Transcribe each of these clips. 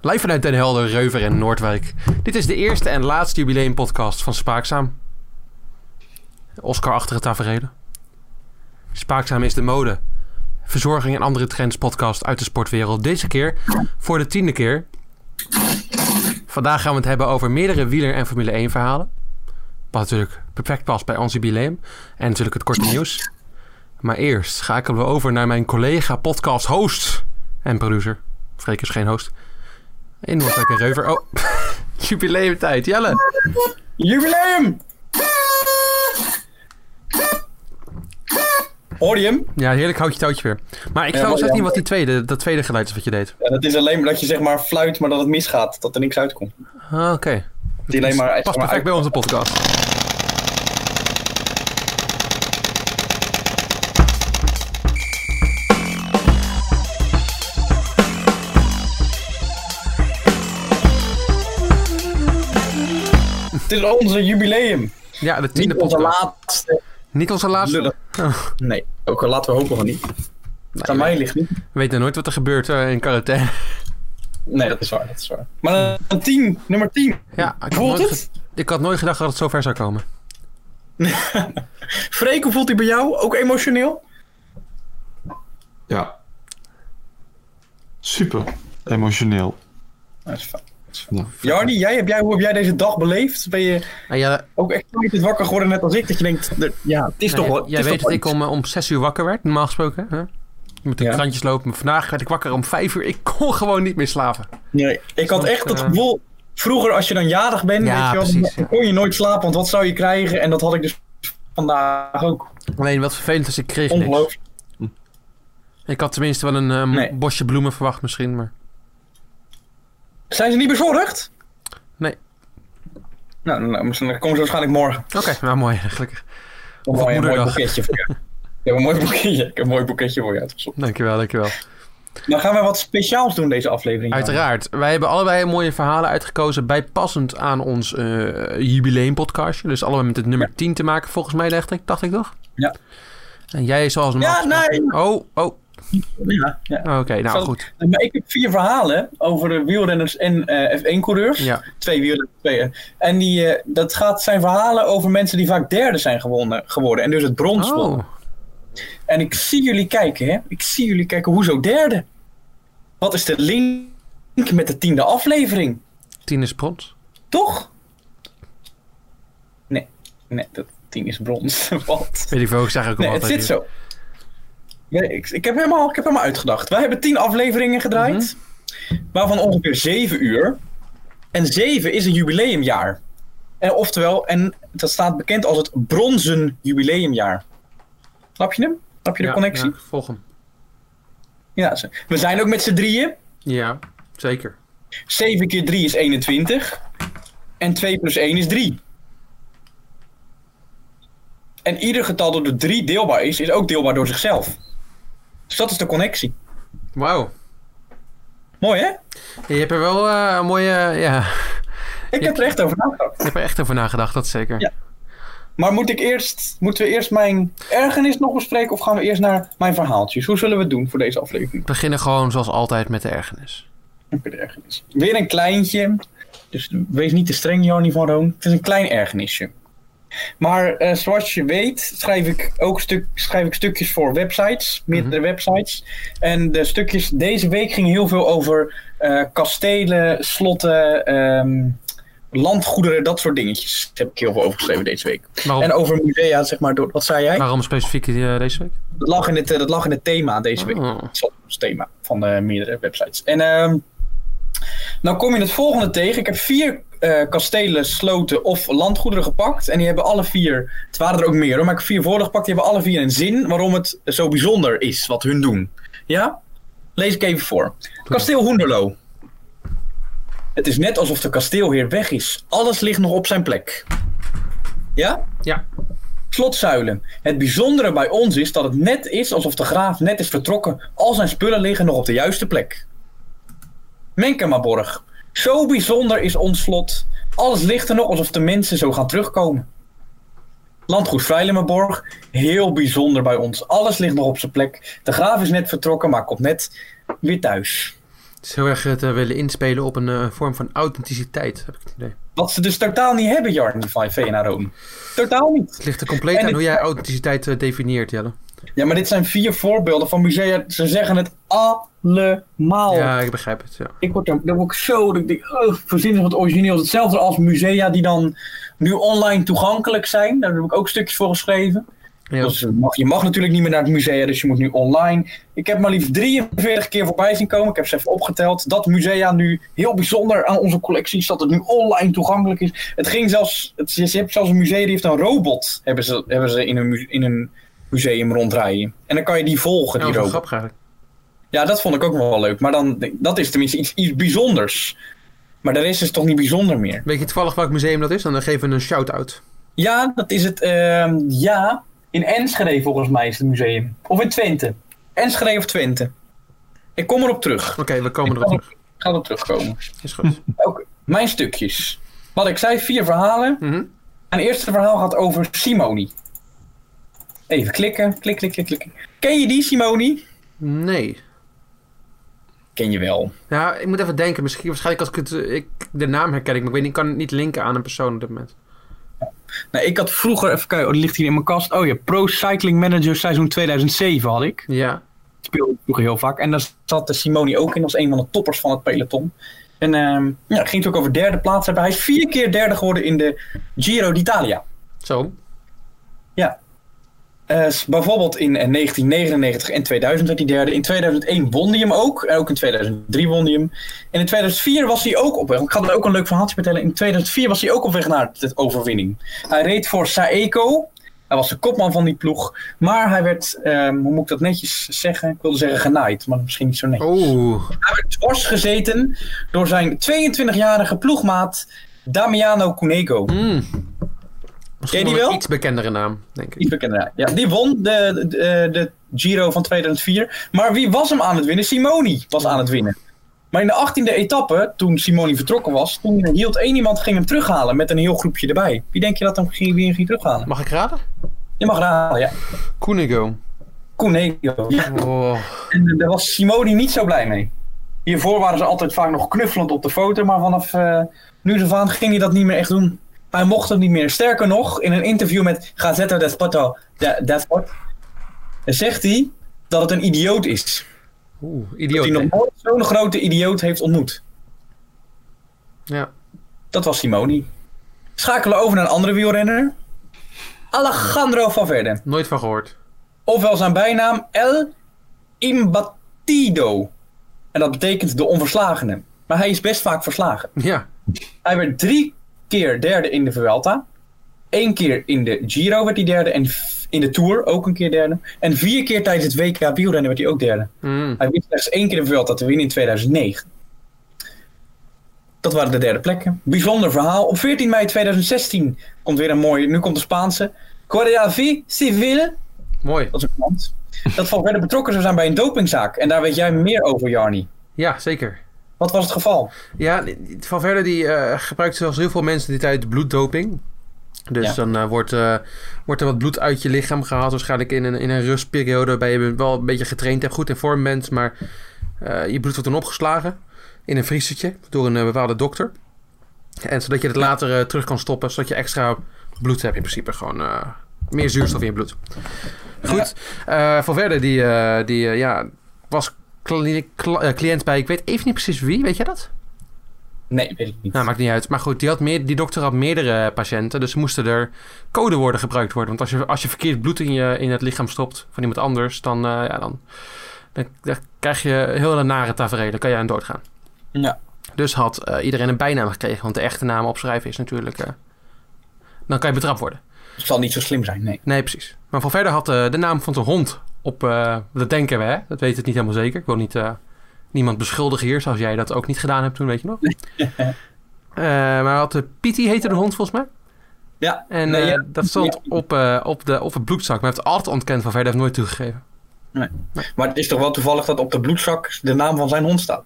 Live vanuit Den Helder, Reuver en Noordwijk. Dit is de eerste en laatste jubileumpodcast van Spaakzaam. Oscar-achtige taferelen. Spaakzaam is de mode. Verzorging en andere trends podcast uit de sportwereld. Deze keer voor de tiende keer. Vandaag gaan we het hebben over meerdere wieler- en Formule 1 verhalen. Wat natuurlijk perfect past bij ons jubileum. En natuurlijk het korte nieuws. Maar eerst schakelen we over naar mijn collega podcast host en producer. Freek is geen host. In Noordwijk en Reuver. Oh, jubileumtijd. Jelle. Jubileum! Hoor je hem? Ja, heerlijk houd je touwtje weer. Maar ik Ja, zou mooi, echt ja. niet wat die tweede, dat tweede geluid is wat je deed. Ja, dat is alleen maar dat je zeg maar fluit, maar dat het misgaat. Dat er niks uitkomt. Ah, Oké. Die alleen maar, zeg Past maar perfect uit- bij onze podcast. Het is onze jubileum. Ja, de tiende Niet onze podcast. laatste. Niet onze laatste. Lullig. Nee, ook al laten we hopen van niet. Het aan mij ligt niet. We weten nooit wat er gebeurt eh, in quarantaine. Nee, dat is waar, dat is waar. Maar eh, een 10, nummer 10. Ja, ik had, Voelt nooit het? ge- ik had nooit gedacht dat het zo ver zou komen. Freek, hoe voelt hij bij jou? Ook emotioneel? Ja. Super emotioneel. Dat is fijn. dat is fijn. Ja. Jardi, jij, heb jij, hoe heb jij deze dag beleefd? Ben je En Jelle, ook echt niet wakker geworden net als ik? Dat je denkt, er- ja, het is nou, toch wel... het jij is weet toch dat wel ik om, eh, om zes uur wakker werd, normaal gesproken. Hè? Met de Ja. krantjes lopen. Maar Vandaag werd ik wakker om vijf uur. Ik kon gewoon niet meer slapen. Nee, ik had Soms, echt dat eh, gevoel. Vroeger, als je dan jarig bent, Ja, weet je wel, precies, dan ja. kon je nooit slapen, want wat zou je krijgen? En dat had ik dus vandaag ook. Alleen wat vervelend is, ik kreeg niks. Ongelooflijk. Ik had tenminste wel een eh, Nee. bosje bloemen verwacht misschien. Maar Zijn ze niet bezorgd? Nee. Nou, nou, nou, misschien- dan komen ze waarschijnlijk morgen. oké, nou mooi, gelukkig. Dan op heb je een mooi moederdag. boeketje voor jou. Ik heb een mooi boeketje, ik heb een mooi boeketje voor je uitgezocht. Dankjewel, dankjewel. Dan gaan we wat speciaals doen deze aflevering. Uiteraard. Wij hebben allebei mooie verhalen uitgekozen. Bijpassend aan ons eh jubileumpodcastje. Dus allebei met het nummer 10 te maken, volgens mij, dacht ik. Dacht ik toch? Ja. En jij zoals normaal. Ja, nee. Oh, oh. Oké, Ja, ja. nou Zal- goed. Maar ik heb vier verhalen over eh, wielrenners en eh, F1-coureurs. Ja. Twee wielrenners. Twee, eh, en die, eh, dat gaat zijn verhalen over mensen die vaak derde zijn gewonnen, geworden. En dus het brons wonnen. Oh, En ik zie jullie kijken, hè? Ik zie jullie kijken, hoezo derde? Wat is de link met de tiende aflevering? 10 is brons. Toch? Nee, nee, dat tien is brons. Wat? Weet ik veel, ik zeg ook Nee, het altijd. zit zo. Nee, ik, ik, heb helemaal, ik heb helemaal uitgedacht. Wij hebben tien afleveringen gedraaid, Mhm. waarvan ongeveer zeven uur. En zeven is een jubileumjaar. En, oftewel, en dat staat bekend als het bronzen jubileumjaar. Snap je hem? Snap je de Ja, connectie? ja, volg hem. Ja, ze- we zijn ook met z'n drieën. Ja, zeker. 7 keer 3 is 21. En 2 plus 1 is 3. En ieder getal dat door 3 deelbaar is, is ook deelbaar door zichzelf. Dus dat is de connectie. Wauw. Mooi hè? Je hebt er wel eh, een mooie... ja, Ik heb er echt over je nagedacht. hebt er echt over nagedacht, dat zeker. Ja. Maar moet ik eerst, moeten we eerst mijn ergernis nog bespreken of gaan we eerst naar mijn verhaaltjes? Hoe zullen we het doen voor deze aflevering? We beginnen gewoon zoals altijd met de ergernis. Ook weer de ergernis. Weer een kleintje. Dus wees niet te streng, Jarny van Roon. Het is een klein ergernisje. Maar eh, zoals je weet, schrijf ik ook stuk, schrijf ik stukjes voor websites, meerdere websites. En de stukjes deze week gingen heel veel over eh, kastelen, slotten, ehm, landgoederen, dat soort dingetjes. Daar heb ik heel veel over geschreven deze week. Waarom, En over musea, zeg maar, door, wat zei jij? waarom specifiek eh, deze week? Dat lag in het, eh, dat lag in het thema deze week. Oh. Dat zat ons thema van de meerdere websites. En ehm nou kom je het volgende tegen. Ik heb vier eh, kastelen, sloten of landgoederen gepakt. En die hebben alle vier, het waren er ook meer hoor, maar ik heb vier voorbeelden gepakt. Die hebben alle vier een zin waarom het zo bijzonder is wat hun doen. Ja? Lees ik even voor. Kasteel Hoenderlo. Het is net alsof de kasteelheer weg is. Alles ligt nog op zijn plek. Ja? Ja, Slotzuilen. Het bijzondere bij ons is dat het net is alsof de graaf net is vertrokken. Al zijn spullen liggen nog op de juiste plek. Menkemaborg. Zo bijzonder is ons slot. Alles ligt er nog alsof de mensen zo gaan terugkomen. Landgoed Vrijlemerborg. Heel bijzonder bij ons. Alles ligt nog op zijn plek. De graaf is net vertrokken, maar komt net weer thuis. Het is heel erg het eh, willen inspelen op een eh, vorm van authenticiteit, heb ik het idee. Wat ze dus totaal niet hebben, Jarny van VNA Rome. Totaal niet. Het ligt er compleet En aan het- hoe jij authenticiteit eh, definieert, Jelle. Ja, maar dit zijn vier voorbeelden van musea. Ze zeggen het allemaal. Ja, ik begrijp het. Ja. Ik word daar daar word ik zo. dat Ik denk, oh, verzin eens wat origineels. Hetzelfde als musea die dan nu online toegankelijk zijn. Daar heb ik ook stukjes voor geschreven. Ja. Dus je mag, je mag natuurlijk niet meer naar het museum, dus je moet nu online. Ik heb maar liefst 43 keer voorbij zien komen. Ik heb ze even opgeteld. Dat musea nu heel bijzonder aan onze collectie is dat het nu online toegankelijk is. Het ging zelfs. Het, je hebt zelfs een museum die heeft een robot. Hebben ze, hebben ze in, een, mu- in een museum rondrijden. En dan kan je die volgen, Ja, die dat is wel robot. grappig eigenlijk. Ja, dat vond ik ook nog wel leuk. Maar dan, dat is tenminste iets, iets bijzonders. Maar de rest is toch niet bijzonder meer? Weet je toevallig welk museum dat is? Dan eh, geven we een shout-out. Ja, dat is het. ehm, ja, in Enschede volgens mij is het museum. Of in Twente. Enschede of Twente. Ik kom erop terug. Oké, we komen Ik erop kan terug. Ik ga erop terugkomen. Is goed. Ook mijn stukjes. Wat ik zei, vier verhalen. Mhm. Mijn eerste verhaal gaat over Simoni. Even klikken. Klik, klik, klik, klik. Ken je die, Simoni? Nee. Ken je wel. Nou, ik moet even denken. Misschien, waarschijnlijk als ik, het, eh, ik de naam herken, ik, maar ik, weet, niet- ik kan het niet linken aan een persoon op dit moment. Nou, ik had vroeger, even kijken, oh, die ligt hier in mijn kast. Oh ja, Pro Cycling Manager seizoen 2007 had ik. Ja. Dat speelde ik vroeger heel vaak. En daar zat de Simoni ook in als een van de toppers van het peloton. En ehm, ja, het ging natuurlijk over derde plaats hebben. Hij is vier keer derde geworden in de Giro d'Italia. Zo. Eh, s- bijvoorbeeld in eh, 1999 en 2000 werd hij derde. In 2001 won hij hem ook. En ook in 2003 won hij hem. En in 2004 was hij ook op weg. Ik ga er ook een leuk verhaaltje vertellen. In 2004 was hij ook op weg naar de overwinning. Hij reed voor Saeco. Hij was de kopman van die ploeg. Maar hij werd, ehm, hoe moet ik dat netjes zeggen? Ik wilde zeggen genaaid, maar misschien niet zo netjes. Oeh. Hij werd dwars gezeten door zijn 22-jarige ploegmaat Damiano Cunego. Mm. Misschien die nog een wel? iets bekendere naam, denk ik. Iets bekender, ja. Die won de, de, de Giro van 2004. Maar wie was hem aan het winnen? Simoni was aan het winnen. Maar in de 18e etappe, toen Simoni vertrokken was, toen hield één iemand ging hem terughalen met een heel groepje erbij. Wie denk je dat hem ging, wie hem ging terughalen? Mag ik raden? Je mag raden, ja. Koenigo. Cunego. Ja. Oh. En daar was Simoni niet zo blij mee. Hiervoor waren ze altijd vaak nog knuffelend op de foto, maar vanaf eh nu af aan ging hij dat niet meer echt doen. Hij mocht het niet meer. Sterker nog, in een interview met Gazzetta del Sporto, de, del Sport, zegt hij dat het een idioot is. Oeh, Dat idioot. hij nog hè? nooit zo'n grote idioot heeft ontmoet. Ja. Dat was Simoni. Schakelen over naar een andere wielrenner. Alejandro Valverde. Nooit van gehoord. Ofwel zijn bijnaam El Imbatido. En dat betekent de onverslagene. Maar hij is best vaak verslagen. Ja. Hij werd drie keer derde in de Vuelta. Eén keer in de Giro werd hij derde. En v- in de Tour ook een keer derde. En vier keer tijdens het WK wielrennen werd hij ook derde. Mm. Hij wist slechts één keer de Vuelta te winnen in 2009. Dat waren de derde plekken. Bijzonder verhaal. Op 14 mei 2016 komt weer een mooie... Nu komt de Spaanse. Guardia V Civil Mooi. dat is een klant. Dat Valverde betrokken zou zijn bij een dopingzaak. En daar weet jij meer over, Jarni. Ja, zeker. Wat was het geval? Ja, Valverde die eh, gebruikt zoals heel veel mensen die tijd bloeddoping. Dus Ja. dan eh, wordt, eh, wordt er wat bloed uit je lichaam gehaald. Waarschijnlijk in een, in een rustperiode waarbij je wel een beetje getraind hebt, goed in vorm bent. Maar eh, je bloed wordt dan opgeslagen in een vriesertje door een eh, bepaalde dokter. En zodat je het later eh, terug kan stoppen, zodat je extra bloed hebt in principe. Gewoon eh, meer zuurstof in je bloed. Goed. Eh Valverde die, eh, die eh, ja, was cli- cl- eh, cliënt bij, ik weet even niet precies wie, weet jij dat? Nee, weet ik niet. Nou, maakt niet uit. Maar goed, die, had meer, die dokter had meerdere patiënten. Dus moesten er codewoorden gebruikt worden. Want als je, als je verkeerd bloed in, je, in het lichaam stopt van iemand anders, dan, eh, ja, dan, dan, dan krijg je heel een nare tafereel. Dan kan je aan doodgaan. Ja. Dus had eh, iedereen een bijnaam gekregen. Want de echte naam opschrijven is natuurlijk. eh, dan kan je betrapt worden. Het zal niet zo slim zijn, nee. Nee, precies. Maar van verder had eh, de naam van zijn hond op. eh, dat denken we, hè? Dat weet het niet helemaal zeker. Ik wil niet, eh, niemand beschuldigen hier, zoals jij dat ook niet gedaan hebt toen, weet je nog? Eh, maar hij had eh, Piti heette de hond volgens mij. Ja, En Nee, eh, ja. dat stond op, eh, op, de, op het bloedzak. Maar hij heeft het altijd ontkend van verder, heeft nooit toegegeven. maar het is toch wel toevallig dat op de bloedzak de naam van zijn hond staat.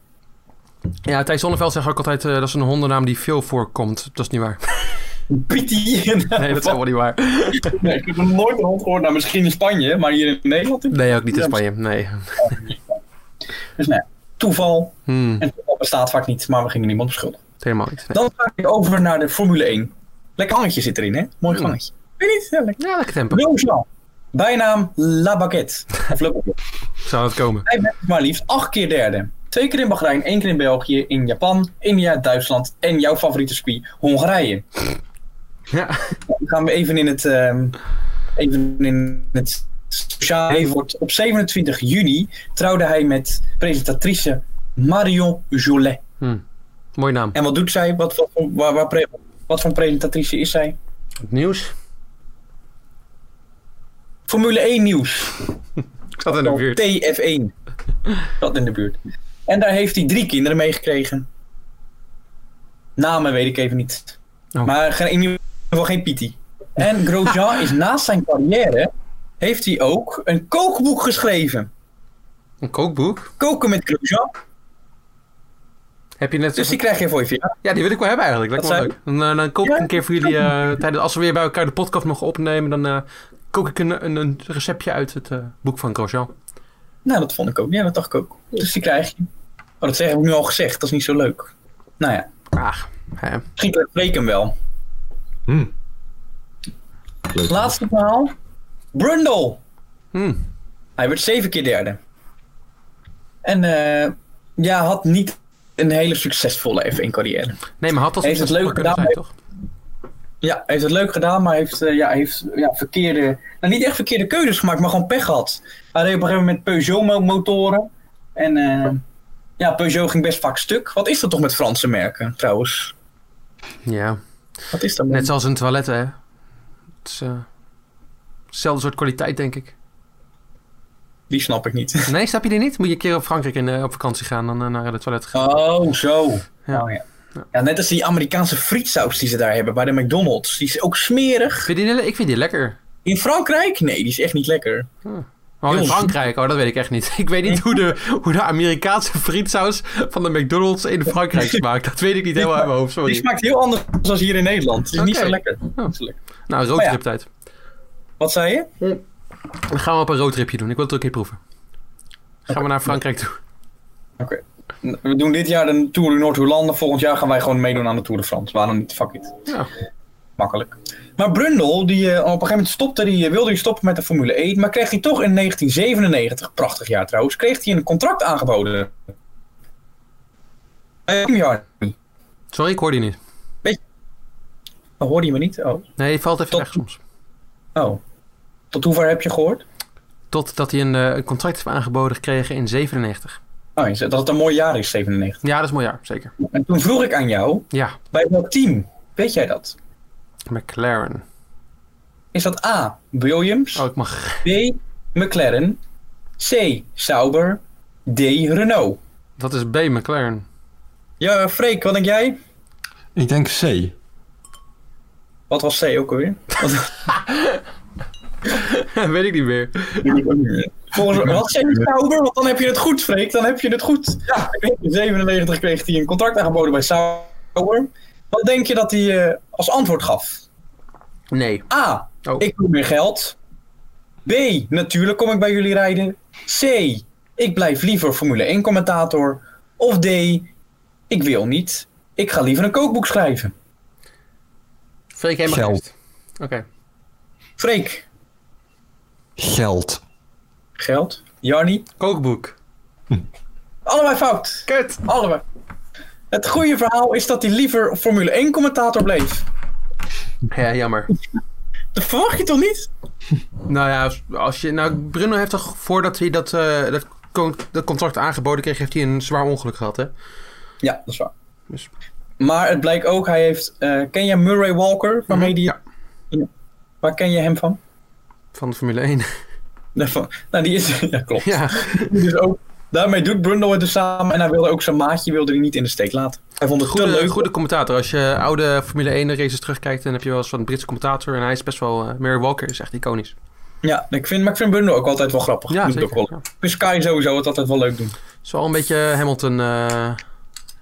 Ja, Thijs Zonneveld zegt ook altijd eh, dat is een hondennaam die veel voorkomt. Dat is niet waar. Pietie. Nee, dat is helemaal niet waar. Nee, ik heb nog nooit een hond gehoord. Nou, misschien in Spanje, maar hier in Nederland. niet. Nee, ook niet in Spanje. Nee. Dus nee. toeval. Hmm, En toeval bestaat vaak niet, maar we gingen niemand beschuldigen. helemaal niet. Nee. Dan ga ik over naar de Formule 1. Lekker hangetje zit erin, hè? Mooi Hmm. gangetje. Weet je niet? Ja, lekker. Ja, lekker tempo. Grosjean. Bijnaam La Baguette. Of La Baguette. Zou het komen. Hij werd maar liefst acht keer derde. Twee keer in Bahrein, één keer in België, in Japan, India, Duitsland en jouw favoriete circuit, Hongarije. Ja. Dan gaan we even in het, ehm, even in het sociale leven. wordt. Op 27 juni trouwde hij met presentatrice Marion Jolet. Hmm. Mooie naam. En wat doet zij? Wat, wat, waar, waar pre- wat voor presentatrice is zij? Het nieuws. Formule 1 nieuws. Ik zat in de buurt. TF1. Dat in de buurt. En daar heeft hij drie kinderen mee gekregen. Namen weet ik even niet. Oh. Maar geen- in ieder geval geen Piti. En Grosjean is naast zijn carrière... heeft hij ook een kookboek geschreven. Een kookboek. Koken met Grosjean. Heb je net... Dus die krijg je voor je verjaardag. Ja, die wil ik wel hebben eigenlijk. Lijkt me Dat wel leuk. Dan, eh, dan kook ik Ja. een keer voor jullie... eh, tijdens, als we weer bij elkaar de podcast nog opnemen... dan eh, kook ik een, een, een receptje uit het eh, boek van Grosjean. Nou, dat vond ik ook. Ja, dat dacht ik ook. Dus die krijg je. Oh, dat zeg ik nu al gezegd. Dat is niet zo leuk. Nou ja, Ach, hè. misschien krijgt Freek hem wel. Hmm. Leuk. Laatste verhaal. Brundle. Hmm. Hij werd zeven keer derde. En eh, ja, had niet een hele succesvolle F1 carrière. Nee, maar had dat Heeft het leuk kunnen gedaan, zijn, toch? Ja, heeft het leuk gedaan, maar heeft, eh, ja, heeft ja, verkeerde, nou niet echt verkeerde keuzes gemaakt, maar gewoon pech gehad. Hij reed op een gegeven moment Peugeot-motoren. En eh, ja, Peugeot ging best vaak stuk. Wat is dat toch met Franse merken, trouwens? Ja. Wat is dat? man? Net zoals een toilet, hè. Het is... eh, Hetzelfde soort kwaliteit, denk ik. Die snap ik niet. Nee, snap je die niet? Moet je een keer op Frankrijk in, eh, op vakantie gaan, dan eh, naar de toilet gaan. Oh, zo. Ja. Oh, ja. Ja, net als die Amerikaanse frietsaus die ze daar hebben bij de McDonald's. Die is ook smerig. Vind je die, ik vind die lekker. In Frankrijk? Nee, die is echt niet lekker. Oh, in Heel Frankrijk? Oh, dat weet ik echt niet. Ik weet niet hoe de, hoe de Amerikaanse frietsaus van de McDonald's in Frankrijk smaakt. Dat weet ik niet helemaal uit mijn hoofd, Die sorry. smaakt heel anders dan hier in Nederland. Het is niet Oké. zo lekker. Niet zo lekker. Nou, Maar Oh ja. roadtrip tijd. Wat zei je? Dan gaan we op een roadtripje doen. Ik wil het ook een keer proeven. Gaan we naar Frankrijk toe. We doen dit jaar de Tour in Noord-Hollande. Volgend jaar gaan wij gewoon meedoen aan de Tour de France. Waarom niet? Fuck it. Ja. Makkelijk. Maar Brundle, die eh, op een gegeven moment stopte, die eh, wilde hij stoppen met de Formule 1. Maar kreeg hij toch in 1997, prachtig jaar trouwens, kreeg hij een contract aangeboden. Eh, kom je hard. Sorry, ik hoor die niet. Oh, Hoorde je me niet? Oh. Nee, je valt even Tot- weg soms. oh. Tot hoever heb je gehoord? Totdat hij een, eh, een contract heeft aangeboden gekregen in 97. Oh, je zei dat het een mooi jaar is, 97. Ja, dat is een mooi jaar, zeker. En toen vroeg ik aan jou, Ja, bij welk team? Weet jij dat? McLaren. Is dat A. Williams, Oh, ik mag... B. McLaren, C. Sauber, D. Renault? Dat is B, McLaren. Ja, Freek, wat denk jij? Ik denk C. Wat was C ook alweer? Wat- weet ik niet meer. Volgens wat zei je Sauber? Want dan heb je het goed, Freek. Dan heb je het goed. Ja. In 97 kreeg hij een contract aangeboden bij Sauber. Wat denk je dat hij eh, als antwoord gaf? Nee. A. Oh. Ik wil meer geld. B. Natuurlijk kom ik bij jullie rijden. C. Ik blijf liever Formule 1 commentator. Of D. Ik wil niet. Ik ga liever een kookboek schrijven. Freek helemaal Geld. gemist. Oké. Freek. Geld. Geld. Jarni. Kookboek. Allebei fout. Kut. Allebei. Het goede verhaal is dat hij liever Formule 1 commentator bleef. Ja, jammer. Dat verwacht je toch niet? Nou ja, als- als je, nou, Bruno heeft toch voordat hij dat, eh, dat, con- dat contract aangeboden kreeg, heeft hij een zwaar ongeluk gehad, hè? Ja, dat is waar. Dus- Maar het blijkt ook, hij heeft... eh, ken jij Murray Walker? Waarmee die, Mhm. Ja, Waar ken je hem van? van de Formule 1. Daarvan- Nou, die is... Ja, klopt. ja, Dus ook, daarmee doet Brundle het dus samen. En hij wilde ook zijn maatje wilde hij niet in de steek laten. Hij vond het te goede, leuk. goede commentator. Als je oude Formule 1 races terugkijkt, dan heb je wel eens van een Britse commentator. En hij is best wel... eh, Mary Walker is echt iconisch. Ja, ik vind, maar ik vind Brundle ook altijd wel grappig. Ja, Doet het zeker. ook wel. Ja. Ik vind Sky sowieso het altijd wel leuk doen. Is wel een beetje Hamilton... eh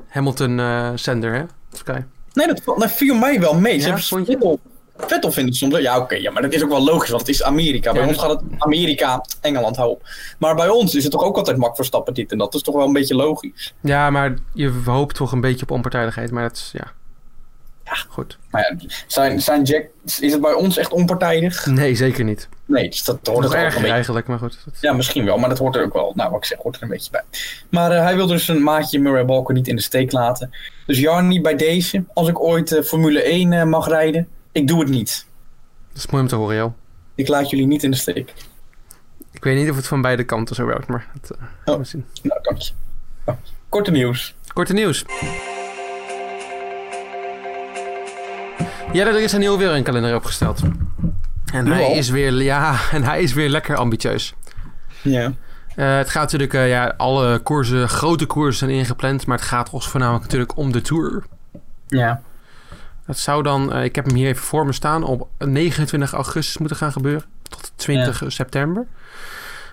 Hamilton eh, zender, hè? Sky. Nee, dat, val- dat viel mij wel mee. Ze Ja, hebben vond je? Schiphol vet op vinden soms. Ja, oké, ja, maar dat is ook wel logisch, want het is Amerika. Bij Ja, ons gaat het Amerika, Engeland, hou op. Maar bij ons is het toch ook altijd mak voor stappen dit en dat. Dat is toch wel een beetje logisch. Ja, maar je hoopt toch een beetje op onpartijdigheid, maar dat is, ja. Goed. Maar ja, zijn, zijn Jack, is het bij ons echt onpartijdig? Nee, zeker niet. Nee, dus dat hoort Nog er ook een erger beetje eigenlijk, maar goed. dat- Ja, misschien wel, maar dat hoort er ook wel. Nou, wat ik zeg, hoort er een beetje bij. Maar eh, hij wil dus een maatje Murray Balker niet in de steek laten. Dus Jarny, bij deze, als ik ooit eh, Formule 1 eh, mag rijden, ik doe het niet. Dat is mooi om te horen, joh. Ik laat jullie niet in de steek. Ik weet niet of het van beide kanten zo werkt, maar dat eh, gaan we zien. Nou, dank je. Nou, korte nieuws. Korte nieuws. Ja, er is een heel weer een kalender opgesteld. En Nu hij, al? is weer, ja, en hij is weer lekker ambitieus. Ja. Eh, het gaat natuurlijk, eh, ja, alle koersen, grote koersen zijn ingepland. Maar het gaat ons voornamelijk natuurlijk om de Tour. Ja. Dat zou dan, eh, ik heb hem hier even voor me staan, op 29 augustus moeten gaan gebeuren. Tot 20 september.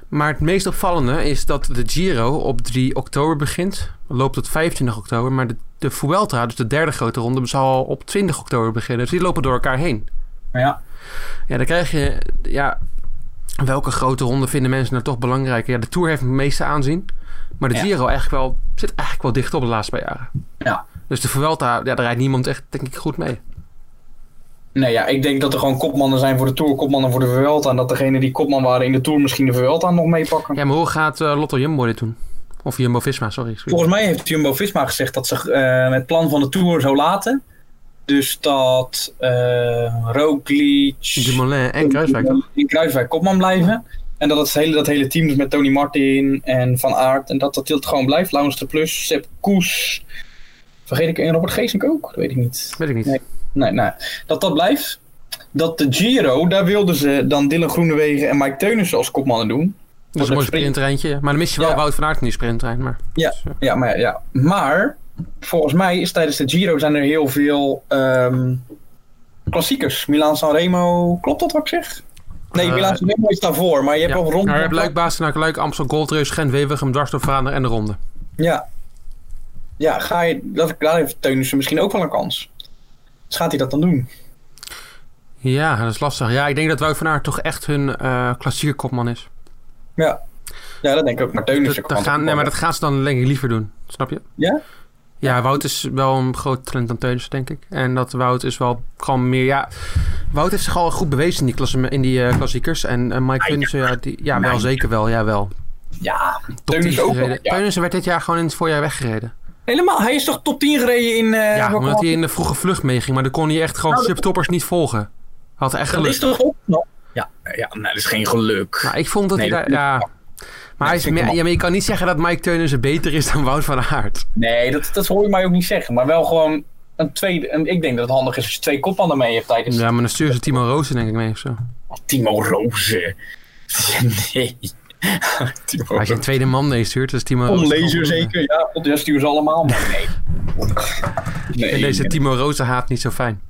Maar het meest opvallende is dat de Giro op 3 oktober begint. Loopt tot 25 oktober. Maar de, de Vuelta, dus de derde grote ronde, zal op 20 oktober beginnen. Dus die lopen door elkaar heen. Ja. Ja, dan krijg je, ja, welke grote ronde vinden mensen nou toch belangrijk? Ja, de Tour heeft het meeste aanzien. Maar de Ja. Giro eigenlijk wel, zit eigenlijk wel dicht op de laatste paar jaren. Ja. Dus de Vuelta, ja, daar rijdt niemand echt, denk ik, goed mee. Nee, ja, ik denk dat er gewoon kopmannen zijn voor de Tour, kopmannen voor de Vuelta. En dat degene die kopman waren in de Tour misschien de Vuelta nog meepakken. Ja, maar hoe gaat eh, Lotto Jumbo dit doen? Of Jumbo Visma, sorry. Volgens mij heeft Jumbo-Visma gezegd dat ze eh, het plan van de Tour zo laten. Dus dat eh Roglic... Dumoulin en Kruiswijk. toch? in Kruiswijk kopman blijven. En dat het hele, dat hele team, dus met Tony Martin en Van Aert, en dat dat tilt gewoon blijft. Laurens de Plus, Sepp Koes. Vergeet ik en Robert Geesink ook? Dat weet ik niet. Weet ik niet. Nee. Nee, nee. Dat dat blijft. Dat de Giro, daar wilden ze dan Dylan Groenewegen en Mike Teunissen als kopmannen doen. dat is een mooi sprinttreintje. Maar dan mis je wel Ja. Wout van Aert in die sprinttrein. Maar... Dus, eh, Ja, maar, ja. maar volgens mij is tijdens de Giro zijn er heel veel ehm, klassiekers. Milaan Sanremo, klopt dat wat ik zeg? Nee, Eh, Milaan Sanremo is daarvoor, maar je hebt Ja. ook rond. Maar je hebt Luik, Bastenaak, Luik, Amstel, Goldreus, Gent, Wevergem, Dwarsdoorvader en de Ronde. Ja. Ja, ga je, dat, daar heeft Teunissen misschien ook wel een kans. Dus gaat hij dat dan doen? Ja, dat is lastig. Ja, ik denk dat Wout van Aert toch echt hun eh klassieke kopman is. Ja. Ja, dat denk ik ook. Maar Teunissen Dat, dat gaan, nee, maar dat gaan ze dan denk ik liever doen. Snap je? Ja? Ja, Wout is wel een groot talent aan Teunissen, denk ik. En dat Wout is wel gewoon meer... Ja, Wout heeft zich al goed bewezen in die, klasse, in die eh, klassiekers. En eh, Ah, Mike Teunissen, ja, die, ja wel, zeker wel. Ja, wel. Ja, Top 10 Teunissen ook wel. gereden. ja. Teunissen werd dit jaar gewoon in het voorjaar weggereden. Helemaal, hij is toch top 10 gereden in... eh, ja, Rock omdat hij Hall? in de vroege vlucht meeging. Maar dan kon hij echt gewoon Nou, dat- subtoppers niet volgen. Had echt Dat is geluk. toch op? Ja, ja, nou, dat is geen geluk. Maar Nou, ik vond dat Nee, hij dat daar... Ja, maar, hij is vind ik meer- hem al. ja, maar je kan niet zeggen dat Mike Teunissen beter is dan Wout van Aert. Nee, dat, dat hoor je mij ook niet zeggen. Maar wel gewoon een tweede... en ik denk dat het handig is als je twee kopmannen mee hebt tijdens... Ja, maar dan sturen ze Timo Roosen denk ik mee of zo. Timo Rozen. nee. Timo Als je een tweede man meestuurt, is Timo eh, Rozen Omlezer gewoon- zeker, ja. God, ja, stuur ze allemaal mee. Nee. En Nee, deze ik- Timo Rozen haat niet zo fijn.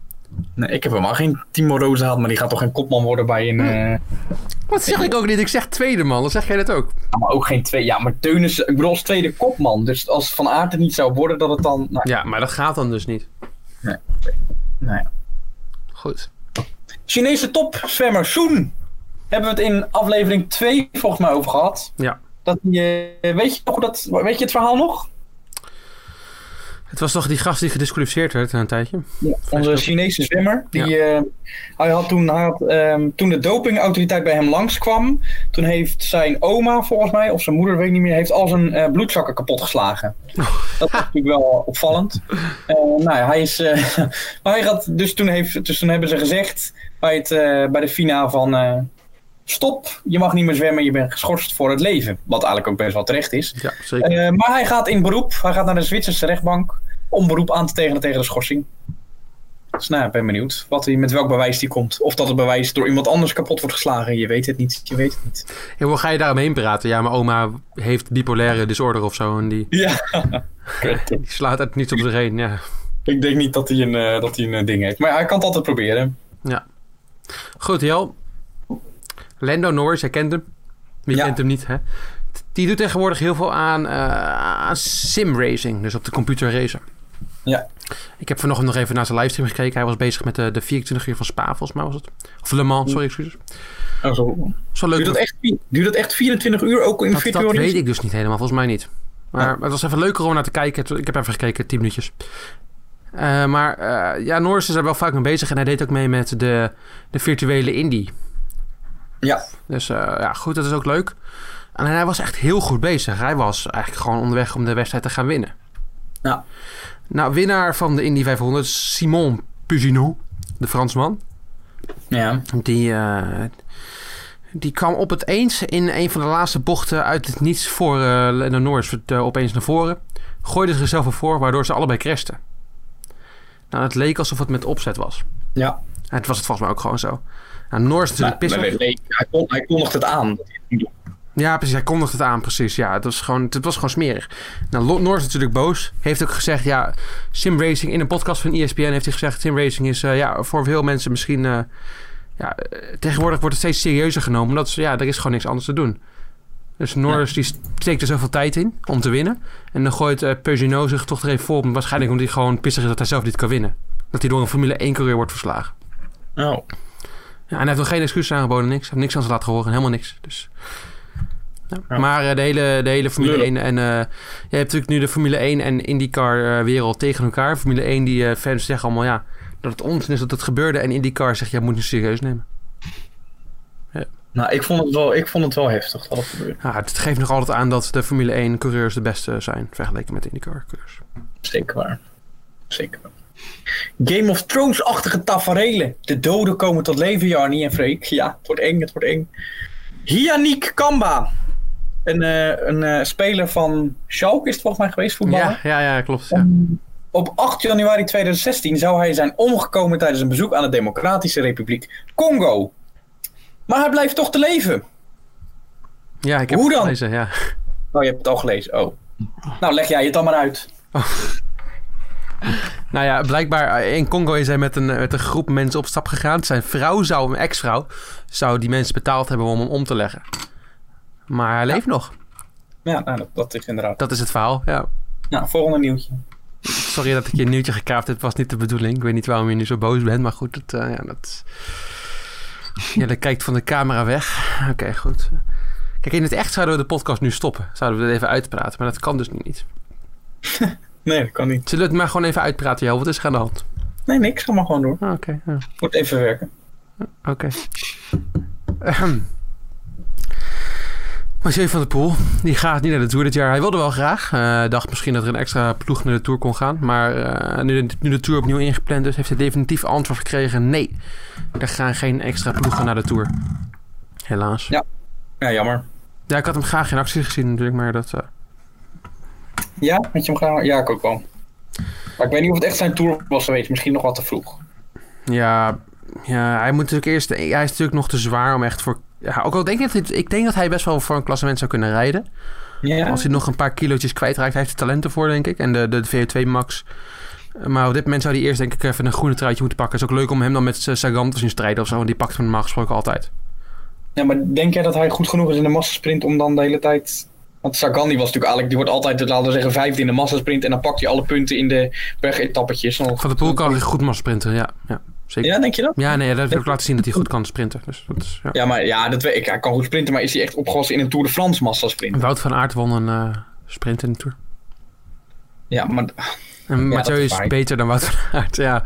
nee, ik heb helemaal geen Timo Roos gehad, maar die gaat toch geen kopman worden bij een... eh, Wat zeg ik ook niet? Ik zeg tweede man, dan zeg jij dat ook. ja, maar ook geen twee... Ja, maar Teunissen... Ik bedoel, als tweede kopman. Dus als Van Aert het niet zou worden, dat het dan... Nou, Ja, maar dat gaat dan dus niet. nou ja. Goed. Chinese topzwemmer Soen. Hebben we het in aflevering 2 volgens mij over gehad. Ja. Dat, die, eh, weet, je nog hoe dat, weet je het verhaal nog? Het was toch die gast die gedisqualificeerd werd na een tijdje? Onze Chinese zwemmer. Die, eh, hij had toen, hij had, ehm, toen de dopingautoriteit bij hem langskwam. Toen heeft zijn oma, volgens mij, of zijn moeder, weet ik niet meer, heeft al zijn eh, bloedzakken kapotgeslagen. Dat is natuurlijk wel opvallend. Eh, nou ja, hij is. eh, maar hij gaat, dus, toen heeft, dus toen hebben ze gezegd bij, het, eh, bij de FINA van. eh, Stop, je mag niet meer zwemmen, je bent geschorst voor het leven. Wat eigenlijk ook best wel terecht is. Ja, zeker. Eh, maar hij gaat in beroep. Hij gaat naar de Zwitserse rechtbank om beroep aan te tekenen tegen de schorsing. Dus nou, ja, ik ben benieuwd wat hij, met welk bewijs die komt. Of dat het bewijs door iemand anders kapot wordt geslagen. Je weet het niet. Je weet het niet. Ja, hoe ga je daaromheen praten? Ja, mijn oma heeft bipolaire disorder of zo. En die, Ja. die slaat het niet op zich heen. Ja. ik denk niet dat hij een, eh, dat hij een eh, ding heeft. Maar ja, hij kan het altijd proberen. Goed, Jel. Lando Norris, jij kent hem. Wie Ja. kent hem niet, hè? Die doet tegenwoordig heel veel aan, eh, aan simracing. Dus op de computer racen. Ja. Ik heb vanochtend nog even naar zijn livestream gekeken. Hij was bezig met de, de 24 uur van Spa, volgens mij was het. Of Le Mans, sorry, excuses. Oh, zo. Zo leuk. Duurt, dat echt, vi- duurt dat echt 24 uur ook in dat, dat virtual weet reality? ik dus niet helemaal, volgens mij niet. Maar het was even leuker om naar te kijken. Toen- Ik heb even gekeken, 10 minuutjes. Eh, maar eh, ja, Norris is er wel vaak mee bezig. En hij deed ook mee met de, de virtuele Indie. Ja. Dus eh, ja, goed, dat is ook leuk. En hij was echt heel goed bezig. Hij was eigenlijk gewoon onderweg om de wedstrijd te gaan winnen. Ja. Nou, winnaar van de Indy 500, Simon Puginou, de Fransman. Ja. Die, eh, die kwam op het eens in een van de laatste bochten uit het niets voor eh Lando Norris eh, opeens naar voren. Gooide zichzelf ervoor, waardoor ze allebei crashten. Nou, het leek alsof het met opzet was. Ja. En het was het volgens mij ook gewoon zo. Nou, Norris natuurlijk Maar- pissig. maar nee, hij, kon, hij kondigt het aan. Ja, precies. Hij kondigde het aan, precies. Ja, het was gewoon, het was gewoon smerig. Nou, Lo- Norris is natuurlijk boos. Heeft ook gezegd, ja, simracing... In een podcast van E ESPN heeft hij gezegd... simracing is eh, ja, voor veel mensen misschien... eh, ja, eh, tegenwoordig wordt het steeds serieuzer genomen. Omdat ze, ja, er is gewoon niks anders te doen. Dus Norris die steekt er zoveel tijd in om te winnen. En dan gooit eh Peugeot zich toch er even voor. Waarschijnlijk omdat hij gewoon pissig is dat hij zelf niet kan winnen. Dat hij door een Formule 1-coureur wordt verslagen. Oh. Ja, en hij heeft nog geen excuses aangeboden, niks. Hij heeft niks aan ze laten horen, helemaal niks. Dus. Ja. Ja. Maar eh, de, hele, de hele Formule Lullig. 1 en... eh, je hebt natuurlijk nu de Formule 1 en IndyCar-wereld tegen elkaar. Formule 1, die eh, fans zeggen allemaal ja, dat het onzin is dat het gebeurde. En IndyCar zegt, ja, moet het serieus nemen. Nou, ik vond, het wel, ik vond het wel heftig dat het gebeurde. Ja, het geeft nog altijd aan dat de Formule 1-coureurs de beste zijn... vergeleken met de IndyCar-coureurs. Zeker waar. Zeker waar. Game of Thrones-achtige taferelen. De doden komen tot leven, Jarnie en Freek. Ja, het wordt eng, het wordt eng. Hianik Kamba. Een, eh, een eh, speler van Schalke is het volgens mij geweest, voetballer. Ja, ja, ja, klopt. Ja. Op 8 januari 2016 zou hij zijn omgekomen tijdens een bezoek aan de Democratische Republiek Congo. Maar hij blijft toch te leven. Ja, ik heb Hoe het dan? gelezen, ja. Oh, je hebt het al gelezen. Oh. Nou, leg jij het dan maar uit. Nou ja, blijkbaar eh, in Congo is hij met een, eh, met een groep mensen op stap gegaan. Zijn vrouw zou, een ex-vrouw, zou die mensen betaald hebben om hem om te leggen. Maar hij leeft nog. Ja, nou, dat, dat is inderdaad. Dat is het verhaal. Ja. Nou, volgende nieuwtje. Sorry dat ik je een nieuwtje gekaafd heb. Het was niet de bedoeling. Ik weet niet waarom je nu zo boos bent. Maar goed, dat, eh, ja, dat... Jelle kijkt van de camera weg. Oké, goed. Kijk, in het echt zouden we de podcast nu stoppen. Zouden we het even uitpraten. Maar dat kan dus nu niet. Nee, dat kan niet. Zullen we het maar gewoon even uitpraten, Jel? Wat is er aan de hand? Nee, niks. Ga maar gewoon door. Ah, Oké, ja. Moet even werken. Oké. Ahem. Mathieu van der Poel, die gaat niet naar de Tour dit jaar. Hij wilde wel graag. eh, dacht misschien dat er een extra ploeg naar de Tour kon gaan. Maar eh, nu, de, nu de Tour opnieuw ingepland is, heeft hij definitief antwoord gekregen. Nee, er gaan geen extra ploegen naar de Tour. Helaas. Ja, Ja. Ja, jammer. ik had hem graag in actie gezien natuurlijk, maar dat... eh, Ja, met je hem gaan? Ja, ik ook wel. Maar ik weet niet of het echt zijn tour was geweest. Misschien nog wat te vroeg. ja, ja, hij moet natuurlijk eerst... Hij is natuurlijk nog te zwaar om echt voor... Ja, ook al denk ik, dat hij, ik denk dat hij best wel voor een klassement zou kunnen rijden. Ja. Als hij nog een paar kilootjes kwijtraakt, hij heeft er talenten voor, denk ik. En de, de VO2 max. Maar op dit moment zou hij eerst, denk ik, even een groene truitje moeten pakken. Het is ook leuk om hem dan met eh, Sagan te zien strijden of zo. Want die pakt hem normaal gesproken altijd. Ja, maar denk jij dat hij goed genoeg is in de massasprint om dan de hele tijd... Want Sagan die was natuurlijk eigenlijk, die wordt altijd, laten we zeggen, vijfde in de massasprint. En dan pakt hij alle punten in de bergetappetjes. Dan- Van de Poel kan goed maar sprinten, ja. Ja, zeker. ja. Ja, denk je dat? nee, dat heb ik ook laten zien dat hij goed kan sprinten. Dus dat is, ja. Ja, maar ja, dat weet ik. Hij kan goed sprinten, maar is hij echt opgewassen in een Tour de France massasprint? Wout van Aert won een eh, sprint in de Tour. Ja, maar... En dat Mathieu is is waar. beter dan Wout van Aert, ja.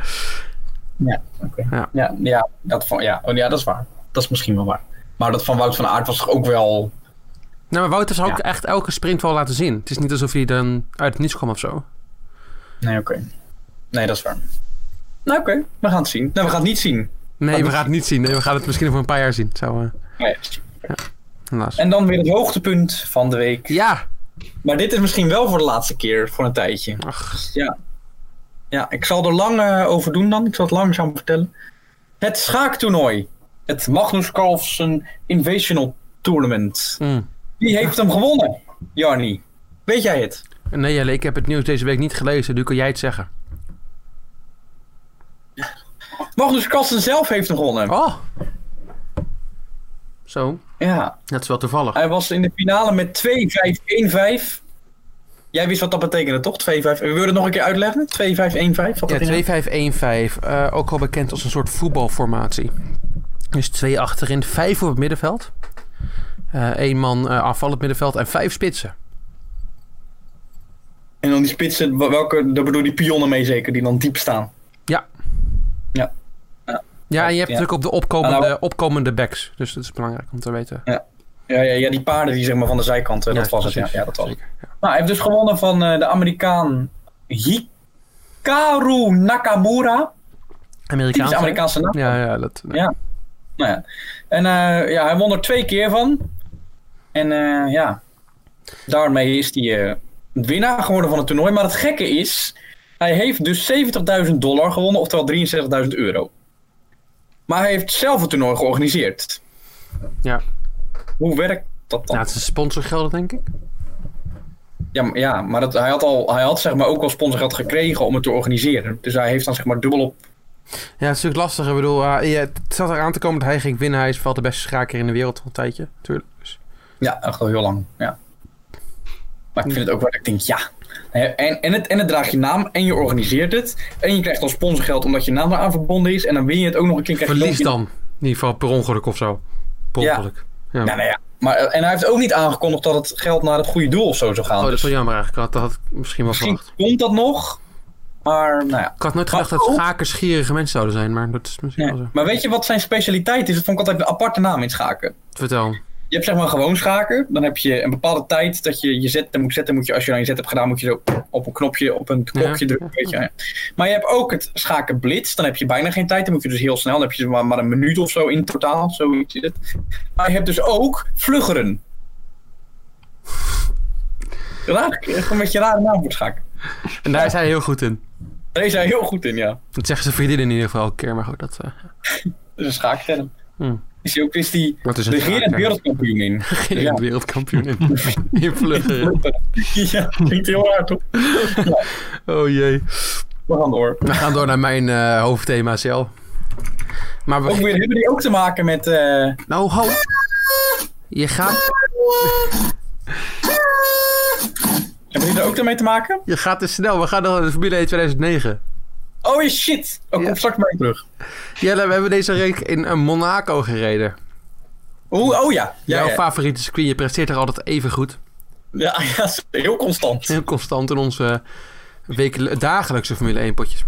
Ja, oké. Ja. Ja, ja, dat van, ja. Oh, ja, dat is waar. Dat is misschien wel waar. Maar dat van Wout van Aert was toch ook wel... Nou, maar Wout zou ook Ja. echt elke sprint wel laten zien. Het is niet alsof hij dan uit het niets kwam of zo. Nee, oké. Nee, dat is waar. Nou, oké. We gaan het zien. Nou, we gaan het niet zien. Nee, Maar we gaan het niet zien. Nee, we gaan het misschien over een paar jaar zien. Zo, eh, Nee. helaas. En dan weer het hoogtepunt van de week. Ja, Maar dit is misschien wel voor de laatste keer, voor een tijdje. Ach. Ja. Ja, ik zal er lang eh, over doen dan. Ik zal het langzaam vertellen. Het schaaktoernooi. Het Magnus Carlsen Invasional Tournament. Mm. Wie heeft hem gewonnen, Jarni? Weet jij het? Nee, Jelle, ik heb het nieuws deze week niet gelezen. Nu kan jij het zeggen. Magnus Carlsen zelf heeft hem gewonnen. Oh! Zo, Ja, dat is wel toevallig. hij was in de finale met 2-5-1-5. Jij wist wat dat betekende, toch? 25. Wil je dat nog een keer uitleggen? 2515? Wat Ja, dat inhoudt? 2515, eh ook al bekend als een soort voetbalformatie. Dus twee achterin, vijf op het middenveld. Eén man eh aanvallend middenveld en vijf spitsen. En dan die spitsen, wa- welke, daar bedoel je die pionnen mee zeker, die dan diep staan. Ja, en je hebt Ja. natuurlijk op de opkomende, Ah, opkomende backs. Dus dat is belangrijk om te weten. Ja, ja, ja die paarden die zeg maar van de zijkant, eh, dat Ja, was het. Ja, precies. ja, dat was het. Zeker, ja. Nou, hij heeft dus gewonnen van eh, de Amerikaan Hikaru Nakamura. Amerikaans. Typisch hè? Amerikaanse naam. Ja, ja, dat, Ja. Nou, ja. En eh, ja, hij won er twee keer van. En eh, ja, daarmee is hij eh, winnaar geworden van het toernooi. Maar het gekke is, hij heeft dus 70.000 dollar gewonnen, oftewel 63.000 euro. Maar hij heeft zelf het toernooi georganiseerd. Ja. Hoe werkt dat dan? Nou, het is sponsorgelden, denk ik. Ja, maar, ja, maar dat, hij had, al, hij had zeg maar, ook al sponsorgeld gekregen om het te organiseren. Dus hij heeft dan zeg maar dubbel op. Ja, het is natuurlijk lastig. Ik bedoel, eh, ja, het zat eraan te komen dat hij ging winnen. Hij is wel de beste schaker in de wereld al een tijdje. Tuurlijk. Dus- Ja, echt al heel lang. Ja. Maar ik vind het ook wel, ik denk ja. Hè, En, en, het, en het draagt je naam en je organiseert het. En je krijgt al sponsorgeld omdat je naam eraan verbonden is. En dan win je het ook nog een keer. krijg je verlies nog- dan. In ieder geval per ongeluk of zo. Per Ja. ongeluk. Oh, Ja. Ja, nou ja. Maar, eh, en hij heeft ook niet aangekondigd dat het geld naar het goede doel of zo zou gaan. Oh, dat is wel Dus jammer eigenlijk. Dat had ik misschien wel misschien verwacht. komt dat nog. Maar nou ja. Ik had nooit gedacht dat Oh. schakers gierige mensen zouden zijn, maar dat is misschien Nee. wel zo. Maar weet je wat zijn specialiteit is? Dat vond ik altijd een aparte naam in schaken. Vertel. Je hebt zeg maar gewoon schaken. Dan heb je een bepaalde tijd dat je je zet. Dan moet zetten. Moet je, als je dan je zet hebt gedaan, moet je zo op een knopje, op een knopje drukken. Weet je. Maar je hebt ook het schaken blitz. Dan heb je bijna geen tijd. Dan moet je dus heel snel. Dan heb je maar, maar een minuut of zo in totaal. Zoiets is het. Maar je hebt dus ook vluggeren. Raar, echt een beetje een rare naam voor schaken. En daar is hij heel goed in. Daar is hij heel goed in, ja. Dat zeggen zijn vriendin in ieder geval elke keer, maar goed, dat, eh, Dat is een schaakterm. Hmm. Is hij ook is die dat is een regerend schaker. wereldkampioen in. Regerend Ja. wereldkampioen in, in vluggeren. ja, klinkt heel hard op. Oh jee. We gaan door. We gaan door naar mijn eh, hoofdthema, Cel. Maar Ook we... weer hebben die ook te maken met. eh, Nou, ho. Je gaat, Hebben jullie er ook daarmee te maken? je gaat te snel. We gaan nog naar de Formule 1 2009. Oh je shit! Oh, Ja. kom straks bij terug. Jelle, we hebben deze week in eh, Monaco gereden. Oh, oh ja. Ja, Jouw ja. favoriete circuit. Je presteert er altijd even goed. ja, ja, is heel constant. Heel constant in onze wekelijkse dagelijkse Formule 1 potjes.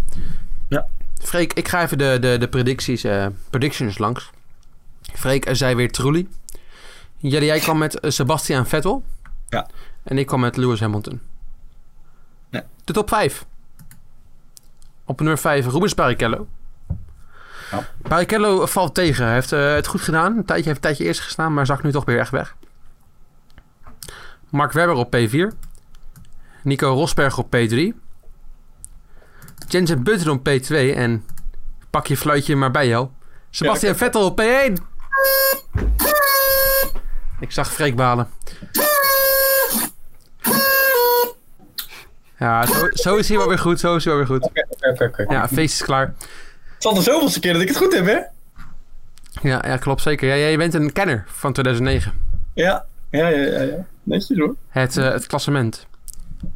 Ja. Freek, ik ga even de, de, de predicties, eh, predictions langs. Freek er zei weer Trulli. Jelle, jij kwam met eh, Sebastian Vettel. Ja. En ik kwam met Lewis Hamilton. Ja. De top 5. Op nummer 5 Rubens Barrichello. Ja. Barrichello valt tegen. Hij heeft eh, het goed gedaan. Een tijdje, heeft een tijdje eerst gestaan, maar zakt nu toch weer echt weg. Mark Webber op P4. Nico Rosberg op P3. Jensen Button op P2. En pak je fluitje maar bij jou. Sebastian Vettel op P1. Ik zag Freek balen. Ja, zo, zo is hij wel weer goed. Zo is hij wel weer goed. Oké, oké, oké, oké. Ja, feest is klaar. Het is al de zoveelste keer dat ik het goed heb, hè? Ja, ja klopt zeker. Ja, jij bent een kenner van 2009. Ja, ja, ja, ja. ja. Netjes hoor. Het, eh, het klassement.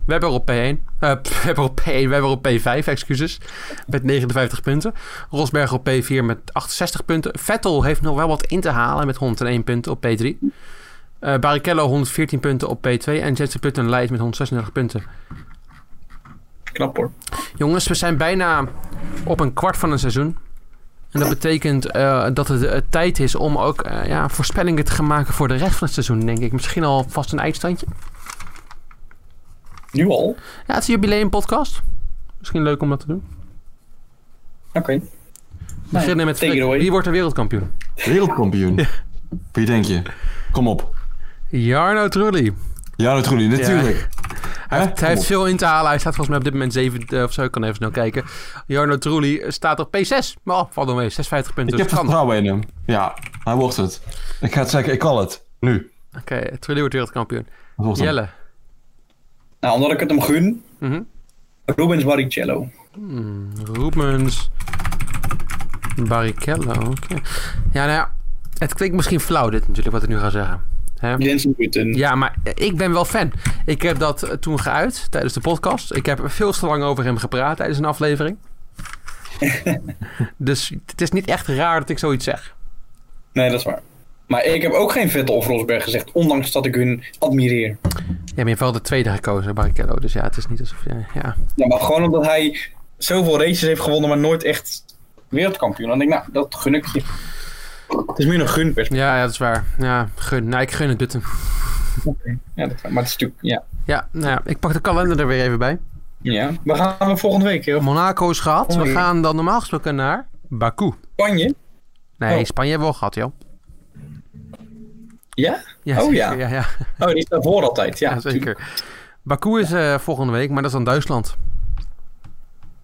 Webber op P1. eh, pff, Webber op P1. Webber op P5, excuses. Met 59 punten. Rosberg op P4 met 68 punten. Vettel heeft nog wel wat in te halen met 101 punten op P3. Eh Barrichello 114 punten op P2. En Jensen Button leidt met 136 punten. Knap hoor. Jongens, we zijn bijna op een kwart van een seizoen. En dat betekent eh, dat het eh, tijd is om ook eh, ja, voorspellingen te gaan maken voor de rest van het seizoen, denk ik. Misschien al vast een eindstandje. Nu al? Oké. Ja, het is een jubileumpodcast. Misschien leuk om dat te doen. We Nou, beginnen met take it Freek. away. Wie wordt er wereldkampioen? Wereldkampioen. Wie denk je? Kom op. Jarno Trulli. Ja, natuurlijk. Natuurlijk. Hij, Hè? heeft, hij Kom heeft op. veel in te halen. Hij staat volgens mij op dit moment 7 of zo. Ik kan even snel kijken. Jarno Trulli staat op P6. Maar oh, valt nog mee. 56 punten. Ik heb dus kan. Oké, vertrouwen in hem. Ja, hij wordt het. Ik ga het zeggen, ik kan het. Nu. Trulli wordt wereldkampioen. Dat wordt hem. Jelle. Nou, omdat ik het hem gun, Mhm. Rubens Barrichello. Rubens. Barrichello. oké. Ja, nou ja. Het klinkt misschien flauw dit natuurlijk wat ik nu ga zeggen. Hè? Jensen Button. Ja, maar ik ben wel fan. Ik heb dat eh, toen geuit tijdens de podcast. Ik heb er veel te lang over hem gepraat tijdens een aflevering. dus het is niet echt raar dat ik zoiets zeg. Nee, dat is waar. Maar ik heb ook geen Vettel of Rosberg gezegd, ondanks dat ik hun admireer. Ja, maar je hebt wel de tweede gekozen, Barrichello. Dus ja, het is niet alsof... Ja, ja. Ja, maar gewoon omdat hij zoveel races heeft gewonnen, maar nooit echt wereldkampioen. Dan denk ik, nou, dat gun ik je. Het is meer een gunperspectief. Ja, ja, dat is waar. Ja, gun. Nou, ik gun het Dutten. Ja, dat- maar het is natuurlijk, ja. Ja, nou ja, ik pak de kalender er weer even bij. ja. We gaan we volgende week eh, heel Monaco is gehad. We Oei. gaan dan normaal gesproken naar Baku. Spanje. Nee, Oh. Spanje hebben we al gehad, joh. Ja? Ja, Oh, zeker. ja. Ja, ja, Oh, die is daarvoor altijd. Ja, ja, zeker. Baku is eh, volgende week, maar dat is dan Duitsland.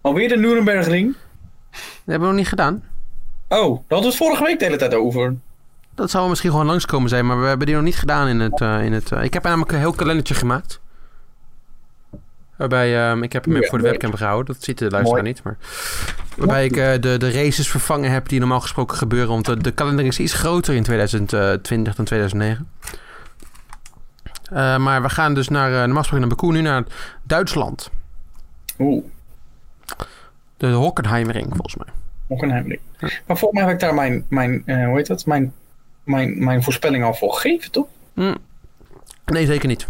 Alweer de Nurembergring. Dat hebben we nog niet gedaan. Oh, daar hadden we het vorige week de hele tijd over. Dat zou misschien gewoon langskomen zijn, maar we hebben die nog niet gedaan in het... eh, in het eh, ik heb namelijk een heel kalendertje gemaakt. Waarbij, ehm, ik heb hem Ja, even voor de mooi. webcam gehouden. Dat ziet de luisteraar Mooi. niet, maar... Waarbij ik eh, de, de races vervangen heb die normaal gesproken gebeuren. Want de, de kalender is iets groter in 2020 dan 2009. Eh, maar we gaan dus naar, eh normaal gesproken naar Baku, nu naar Duitsland. Oeh, De Hockenheimring, volgens mij. nog een heimelijk. Maar volgens mij heb ik daar mijn, mijn eh, hoe heet dat? Mijn, mijn, mijn voorspelling al voor gegeven, toch? Nee, zeker niet.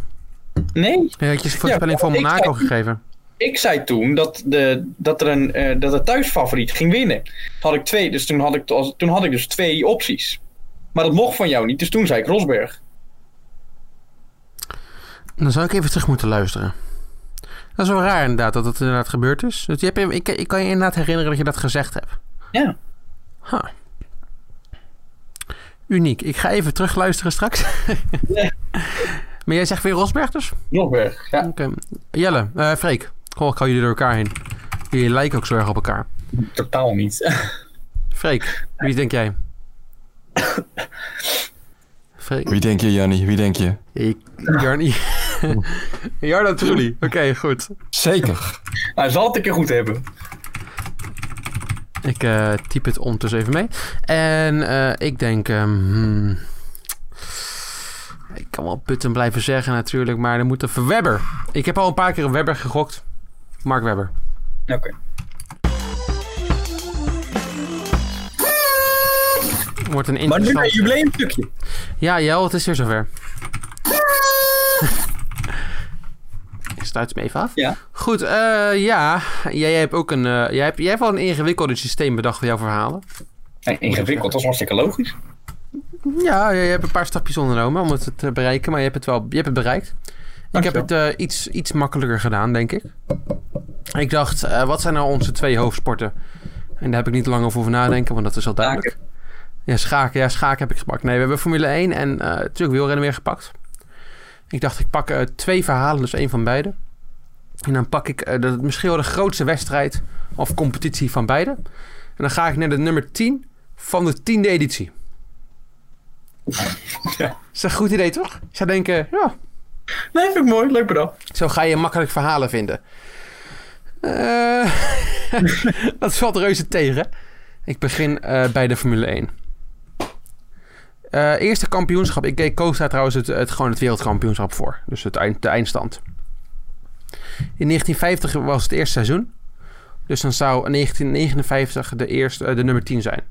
Nee? Je had je voorspelling voor ik Monaco zei- gegeven. Ik zei toen dat, de, dat, er een, eh, dat de thuisfavoriet ging winnen. Had ik twee, dus toen had ik, als- toen had ik dus twee opties. Maar dat mocht van jou niet, dus toen zei ik Rosberg. Dan zou ik even terug moeten luisteren. Dat is wel raar inderdaad, dat dat inderdaad gebeurd is. Dus je hebt, ik, ik kan je inderdaad herinneren dat je dat gezegd hebt. Ja. Huh. Uniek. Ik ga even terugluisteren straks. Ja. Maar jij zegt weer Rosberg dus? Rosberg, ja. Oké. Jelle, eh Freek. Goh, ik hou jullie door elkaar heen. Jullie lijken ook zo erg op elkaar. Hmm, Totaal niet. Freek, wie denk jij? Freek. Wie denk je, Jannie? Wie denk je? Ik, Jarni. Jarno Trulli. Oké, goed. Zeker. Hij Nou, zal het een keer goed hebben. Ik eh, typ het ondertussen even mee. En eh, ik denk... ehm, hmm, ik kan wel Putten blijven zeggen natuurlijk, maar er moet een Webber. Ik heb al een paar keer een Webber gegokt. Mark Webber. Oké. Wordt een Maar nu interessant... een jubileumstukje. Ja, Jel, het is weer zover. Ik Sluit hem even af. Ja. Goed, eh, ja. Jij hebt ook een... eh, jij, hebt, jij hebt wel een ingewikkeld systeem bedacht voor jouw verhalen. Nee, ingewikkeld, dat is hartstikke logisch. Ja, je hebt een paar stapjes ondernomen om het te bereiken, maar je hebt het wel je hebt het bereikt. Ik heb Dankjewel. het eh, iets, iets makkelijker gedaan, denk ik. Ik dacht, eh, wat zijn nou onze twee hoofdsporten? En daar heb ik niet lang over hoeven nadenken, want dat is al duidelijk. Ja, schaken. Ja, schaken heb ik gepakt. Nee, we hebben Formule 1 en eh, natuurlijk wielrennen weer gepakt. Ik dacht, ik pak eh, twee verhalen, dus één van beide. En dan pak ik eh, de, misschien wel de grootste wedstrijd of competitie van beide. En dan ga ik naar de nummer 10 van de tiende editie. Ja. Is dat een goed idee, toch? Ik zou denken, ja, Nee, vind ik mooi. Leuk bedacht. zo ga je makkelijk verhalen vinden. Eh, dat valt reuze tegen. Ik begin eh, bij de Formule 1. Eh, eerste kampioenschap. Ik keek Costa trouwens het, het, gewoon het wereldkampioenschap voor. Dus het eind, de eindstand. In 1950 was het eerste seizoen. Dus dan zou 1959 de, eerste, eh, de nummer 10 zijn.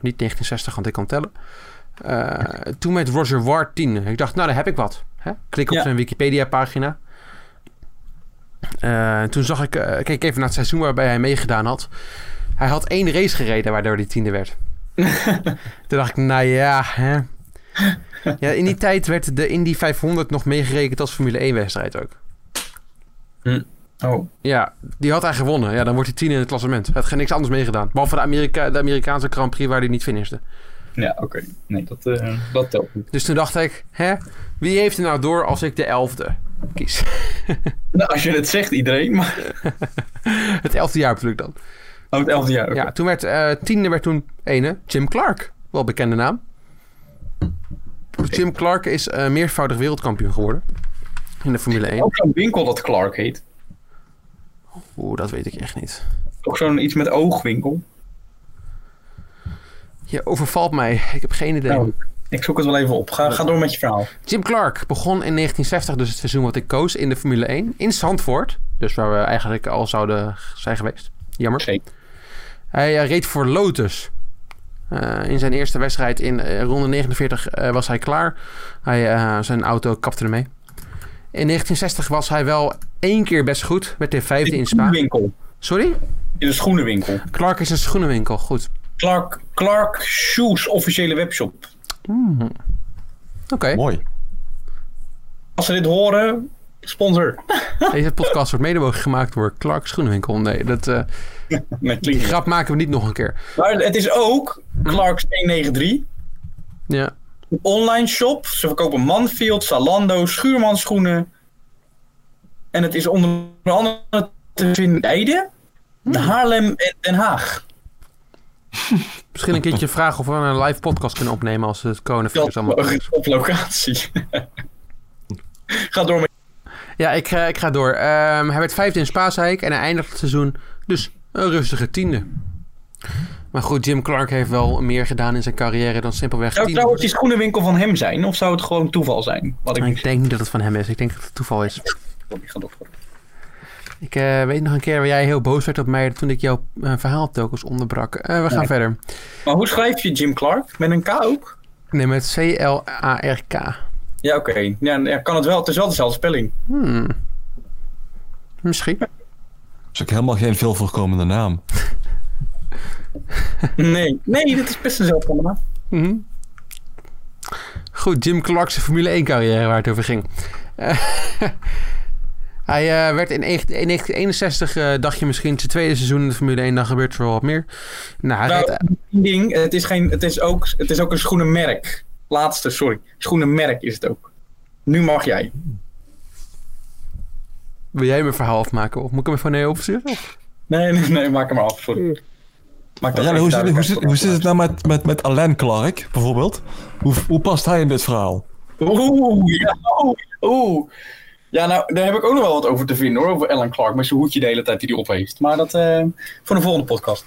Niet 1960, want ik kan tellen. Eh, toen met Roger Ward 10. Ik dacht, nou, daar heb ik wat. Hè? Klik op Ja. zijn Wikipedia-pagina. Eh, toen zag ik, eh, keek ik even naar het seizoen waarbij hij meegedaan had. Hij had één race gereden waardoor hij tiende werd. toen dacht ik, nou ja, hè. ja. In die tijd werd de Indy 500 nog meegerekend als Formule 1-wedstrijd ook. Oh. Ja, die had hij gewonnen. Ja, dan wordt hij tien in het klassement. Hij had geen niks anders meegedaan. Behalve de, Amerika de Amerikaanse Grand Prix waar hij niet finishte. Ja, oké. Nee, dat, eh, dat telt niet. Dus toen dacht ik, hè, wie heeft er nou door als ik de elfde kies? Nou, als je het zegt, iedereen. Maar... het elfde jaar bedoel ik dan. Oh, het elfde jaar. oké. Ja, toen werd eh, tiende werd toen ene Jim Clark. Wel bekende naam. Jim Clark is eh, meervoudig wereldkampioen geworden. In de Formule 1. Ook zo'n winkel dat Clark heet. Oeh, dat weet ik echt niet. Ook zo'n iets met oogwinkel. Je overvalt mij. Ik heb geen idee. Nou, Ik zoek het wel even op. Ga, ga door met je verhaal. Jim Clark begon in 1960, dus het seizoen wat ik koos, in de Formule 1 in Zandvoort. Dus waar we eigenlijk al zouden zijn geweest. Jammer. Zeker. Hij eh, reed voor Lotus. Eh, in zijn eerste wedstrijd in eh, ronde 49 eh, was hij klaar. Hij, eh, zijn auto kapte ermee. In 1960 was hij wel één keer best goed. Werd hij vijfde in Spa. Schoenenwinkel. Sorry? In de schoenenwinkel. Clark is een schoenenwinkel. Goed. Clark, Clark Shoes officiële webshop. Oké. Mooi. Als ze dit horen, sponsor. Deze podcast wordt mede mogelijk gemaakt door Clark Schoenenwinkel. Nee, dat, eh, Nee, die klinkt niet. grap maken we niet nog een keer. Maar het is ook Clarks 193. Ja. Een online shop. Ze verkopen Manfield, Zalando, schuurmanschoenen. En het is onder andere te vinden in Leiden, Hmm. Haarlem en Den Haag. Misschien een keertje vragen of we een live podcast kunnen opnemen als het Dat coronavirus allemaal... op, op locatie. Ga door met Ja, ik, eh, ik ga door. Ehm, hij werd vijfde in Spaasheik en hij eindigt het seizoen dus een rustige tiende. Maar goed, Jim Clark heeft wel meer gedaan in zijn carrière dan simpelweg Zou tiende trouwens worden. die schoenenwinkel van hem zijn? Of zou het gewoon toeval zijn? Wat ik Maar niet Ik denk niet dat het van hem is. Ik denk dat het toeval is. ga door. Ik eh, weet nog een keer waar jij heel boos werd op mij toen ik jouw eh, verhaal telkens onderbrak. Eh, we gaan Nee. verder. Maar hoe schrijf je Jim Clark? Met een K ook? Nee, met C-L-A-R-K. Ja, oké. Ja, ja, kan het wel. Het is wel dezelfde spelling. Hmm. Misschien. Dat is ook helemaal geen veel voorkomende naam. Nee, nee, dit is best dezelfde naam. Mhm. Goed, Jim Clark's Formule 1 carrière waar het over ging. Eh, hij eh, werd in, echt- in 1961, eh, dacht je misschien, zijn tweede seizoen in de Formule 1, dan gebeurt er wel wat meer. Nou, hij Nou, reed- eh, één ding, het is, geen, het, is ook, het is ook een schoenenmerk. Laatste, sorry. Schoenenmerk is het ook. Nu mag jij. wil jij mijn verhaal afmaken? Of moet ik hem even nee opsturen? Of- Nee, nee, nee, maak hem maar af, sorry. Maak dat Ja, even hoe, zit, duidelijk. hoe, zit, hoe zit het nou met, met, met Alain Clark, bijvoorbeeld? Hoe, hoe past hij in dit verhaal? nou? Oeh, ja, oeh, oeh. Ja, nou, daar heb ik ook nog wel wat over te vinden hoor. Over Alan Clark met zijn hoedje de hele tijd die hij op heeft. Maar dat eh, voor de volgende podcast.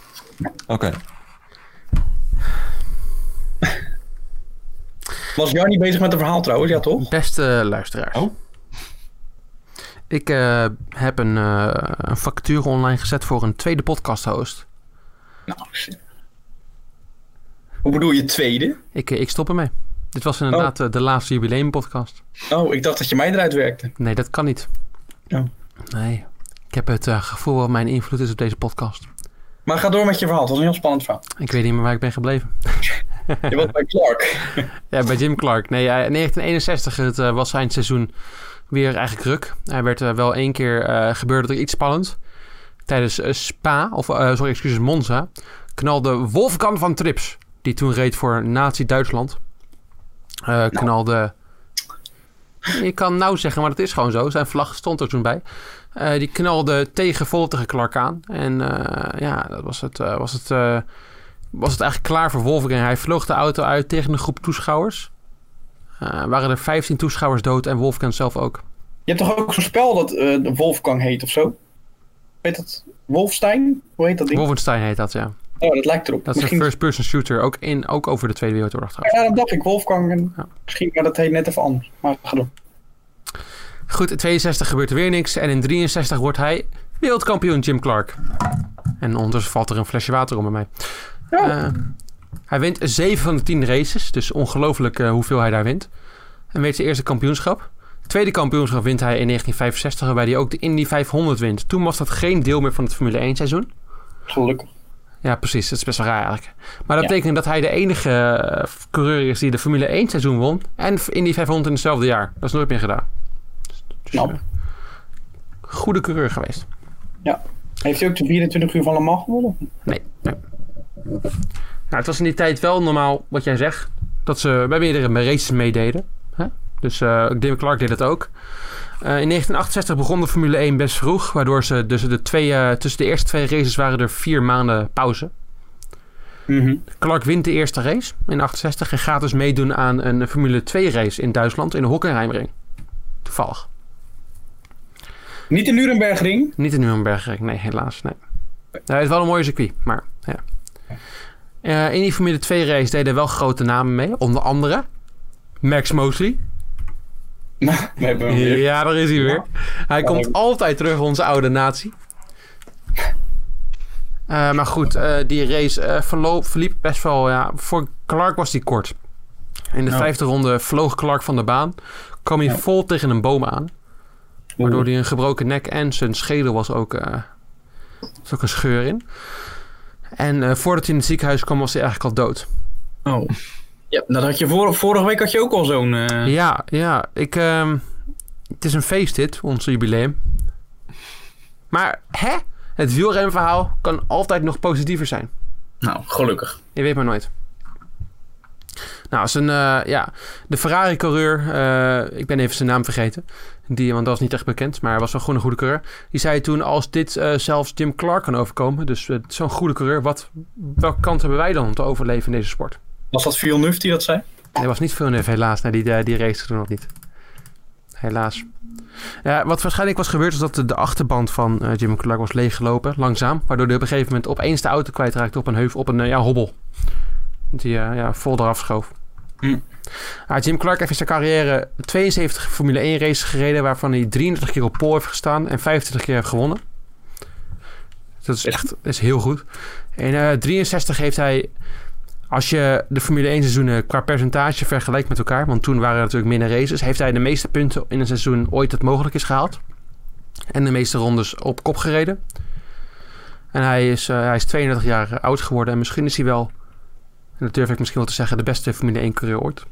Oké. Was Jarny bezig met een verhaal trouwens? Ja, toch? Beste eh, luisteraars. Oh. Ik eh, heb een, eh, een factuur online gezet voor een tweede podcast host. Nou, shit. Hoe bedoel je tweede? Ik, eh, ik stop ermee. Dit was inderdaad eh, de laatste jubileumpodcast. Oh, ik dacht dat je mij eruit werkte. Nee, dat kan niet. Oh. Nee. Ik heb het eh, gevoel wat mijn invloed is op deze podcast. Maar ga door met je verhaal. Het was een heel spannend verhaal. Ik weet niet meer waar ik ben gebleven. Je was bij Clark. Ja, bij Jim Clark. Nee, ja, in 1961 het, eh, was zijn seizoen weer eigenlijk druk. Hij werd eh, wel één keer, eh, gebeurde er iets spannend. Tijdens eh, Spa, of eh, sorry, excuses, Monza, knalde Wolfgang van Trips, die toen reed voor Nazi-Duitsland, eh, knalde... Ik kan nou zeggen, maar dat is gewoon zo. Zijn vlag stond er toen bij. Eh, die knalde tegen vol tegen Clark aan. En eh, ja, dat was het, eh, was het eh, was het eigenlijk klaar voor Wolfgang. Hij vloog de auto uit tegen een groep toeschouwers. Eh, waren er 15 toeschouwers dood en Wolfgang zelf ook. Je hebt toch ook zo'n spel dat eh, de Wolfgang heet of zo? Weet dat? Wolfstein? Hoe heet dat ding? Wolfenstein heet dat, ja. Oh, dat lijkt erop. Dat is een Misschien... first-person shooter, ook, in, ook over de Tweede Wereldoorlog trouwens. Ja, dat dacht ik. Wolfgang. En... Ja. Misschien, maar dat heet net even anders. Maar ga door. Goed, in 62 gebeurt er weer niks en in 63 wordt hij wereldkampioen Jim Clark. En ondertussen valt er een flesje water om bij mij. Ja. Eh, hij wint 7 van de 10 races, dus ongelooflijk eh, hoeveel hij daar wint. En weet zijn eerste kampioenschap. Tweede kampioenschap wint hij in 1965, waarbij hij ook de Indy 500 wint. Toen was dat geen deel meer van het Formule 1 seizoen. Gelukkig. Ja, precies. Dat is best wel raar eigenlijk. Maar dat Ja. betekent dat hij de enige eh, coureur is die de Formule 1 seizoen won. En Indy 500 in hetzelfde jaar. Dat is nooit meer gedaan. Dus, Nou. eh, goede coureur geweest. Heeft hij ook de 24 uur van Le Mans gewonnen? Nee. nee. Nou, het was in die tijd wel normaal wat jij zegt. Dat ze bij meerdere races meededen. Hè? Dus eh Jim Clark deed dat ook. Eh, in 1968 begon de Formule 1 best vroeg. Waardoor ze dus de twee, eh, tussen de eerste twee races waren er vier maanden pauze. Mhm. Clark wint de eerste race in 68 en gaat dus meedoen aan een Formule 2 race in Duitsland in de Hockenheimring. Toevallig. Niet de Nurembergring. eh, Niet in Nuremberg, nee, helaas. Nee. Nou, het is wel een mooie circuit, maar ja. Eh, in die Formule 2 race deden wel grote namen mee. Onder andere Max Mosley. We hebben hem weer. Ja, daar is hij weer. Hij komt altijd terug, onze oude natie. Eh, maar goed, eh, die race eh, verloop, verliep best wel... Ja, voor Clark was die kort. In de Ja. vijfde ronde vloog Clark van de baan. Kwam hij Ja. vol tegen een boom aan. Mm. Waardoor hij een gebroken nek en zijn schedel was ook, eh, was ook een scheur in. En eh, voordat hij in het ziekenhuis kwam, was hij eigenlijk al dood. Oh. Ja, dat had je vor- vorige week had je ook al zo'n... eh, Ja, ja. Ik, ehm, het is een feest dit, ons jubileum. Maar hè? Het wielrenverhaal kan altijd nog positiever zijn. Nou, gelukkig. Je weet maar nooit. Nou, als een, eh, ja, de Ferrari-coureur, eh, ik ben even zijn naam vergeten, die, want dat was niet echt bekend, maar hij was wel gewoon een goede coureur. Die zei toen, als dit eh, zelfs Jim Clark kan overkomen, dus eh, zo'n goede coureur, wat, welke kant hebben wij dan om te overleven in deze sport? Was dat Villeneuve die dat zei? Er was niet veel neef, helaas. Nee, die, eh, die race toen nog niet. Helaas. Ja, wat waarschijnlijk was gebeurd, is dat de, de achterband van eh, Jim Clark was leeggelopen, langzaam. Waardoor hij op een gegeven moment opeens de auto kwijtraakte op een heuvel, op een eh, ja, hobbel. Die eh, ja, vol eraf schoof. Hm. Ah, Jim Clark heeft in zijn carrière 72 Formule 1 races gereden, waarvan hij 33 keer op pole heeft gestaan en 25 keer heeft gewonnen. Dat is echt dat is heel goed. In eh, 63 heeft hij als je de Formule 1 seizoenen qua percentage vergelijkt met elkaar, want toen waren er natuurlijk minder races, heeft hij de meeste punten in een seizoen ooit dat mogelijk is gehaald. En de meeste rondes op kop gereden. En hij is, eh, hij is 32 jaar oud geworden en misschien is hij wel, en dat durf ik misschien wel te zeggen, de beste Formule 1 coureur ooit.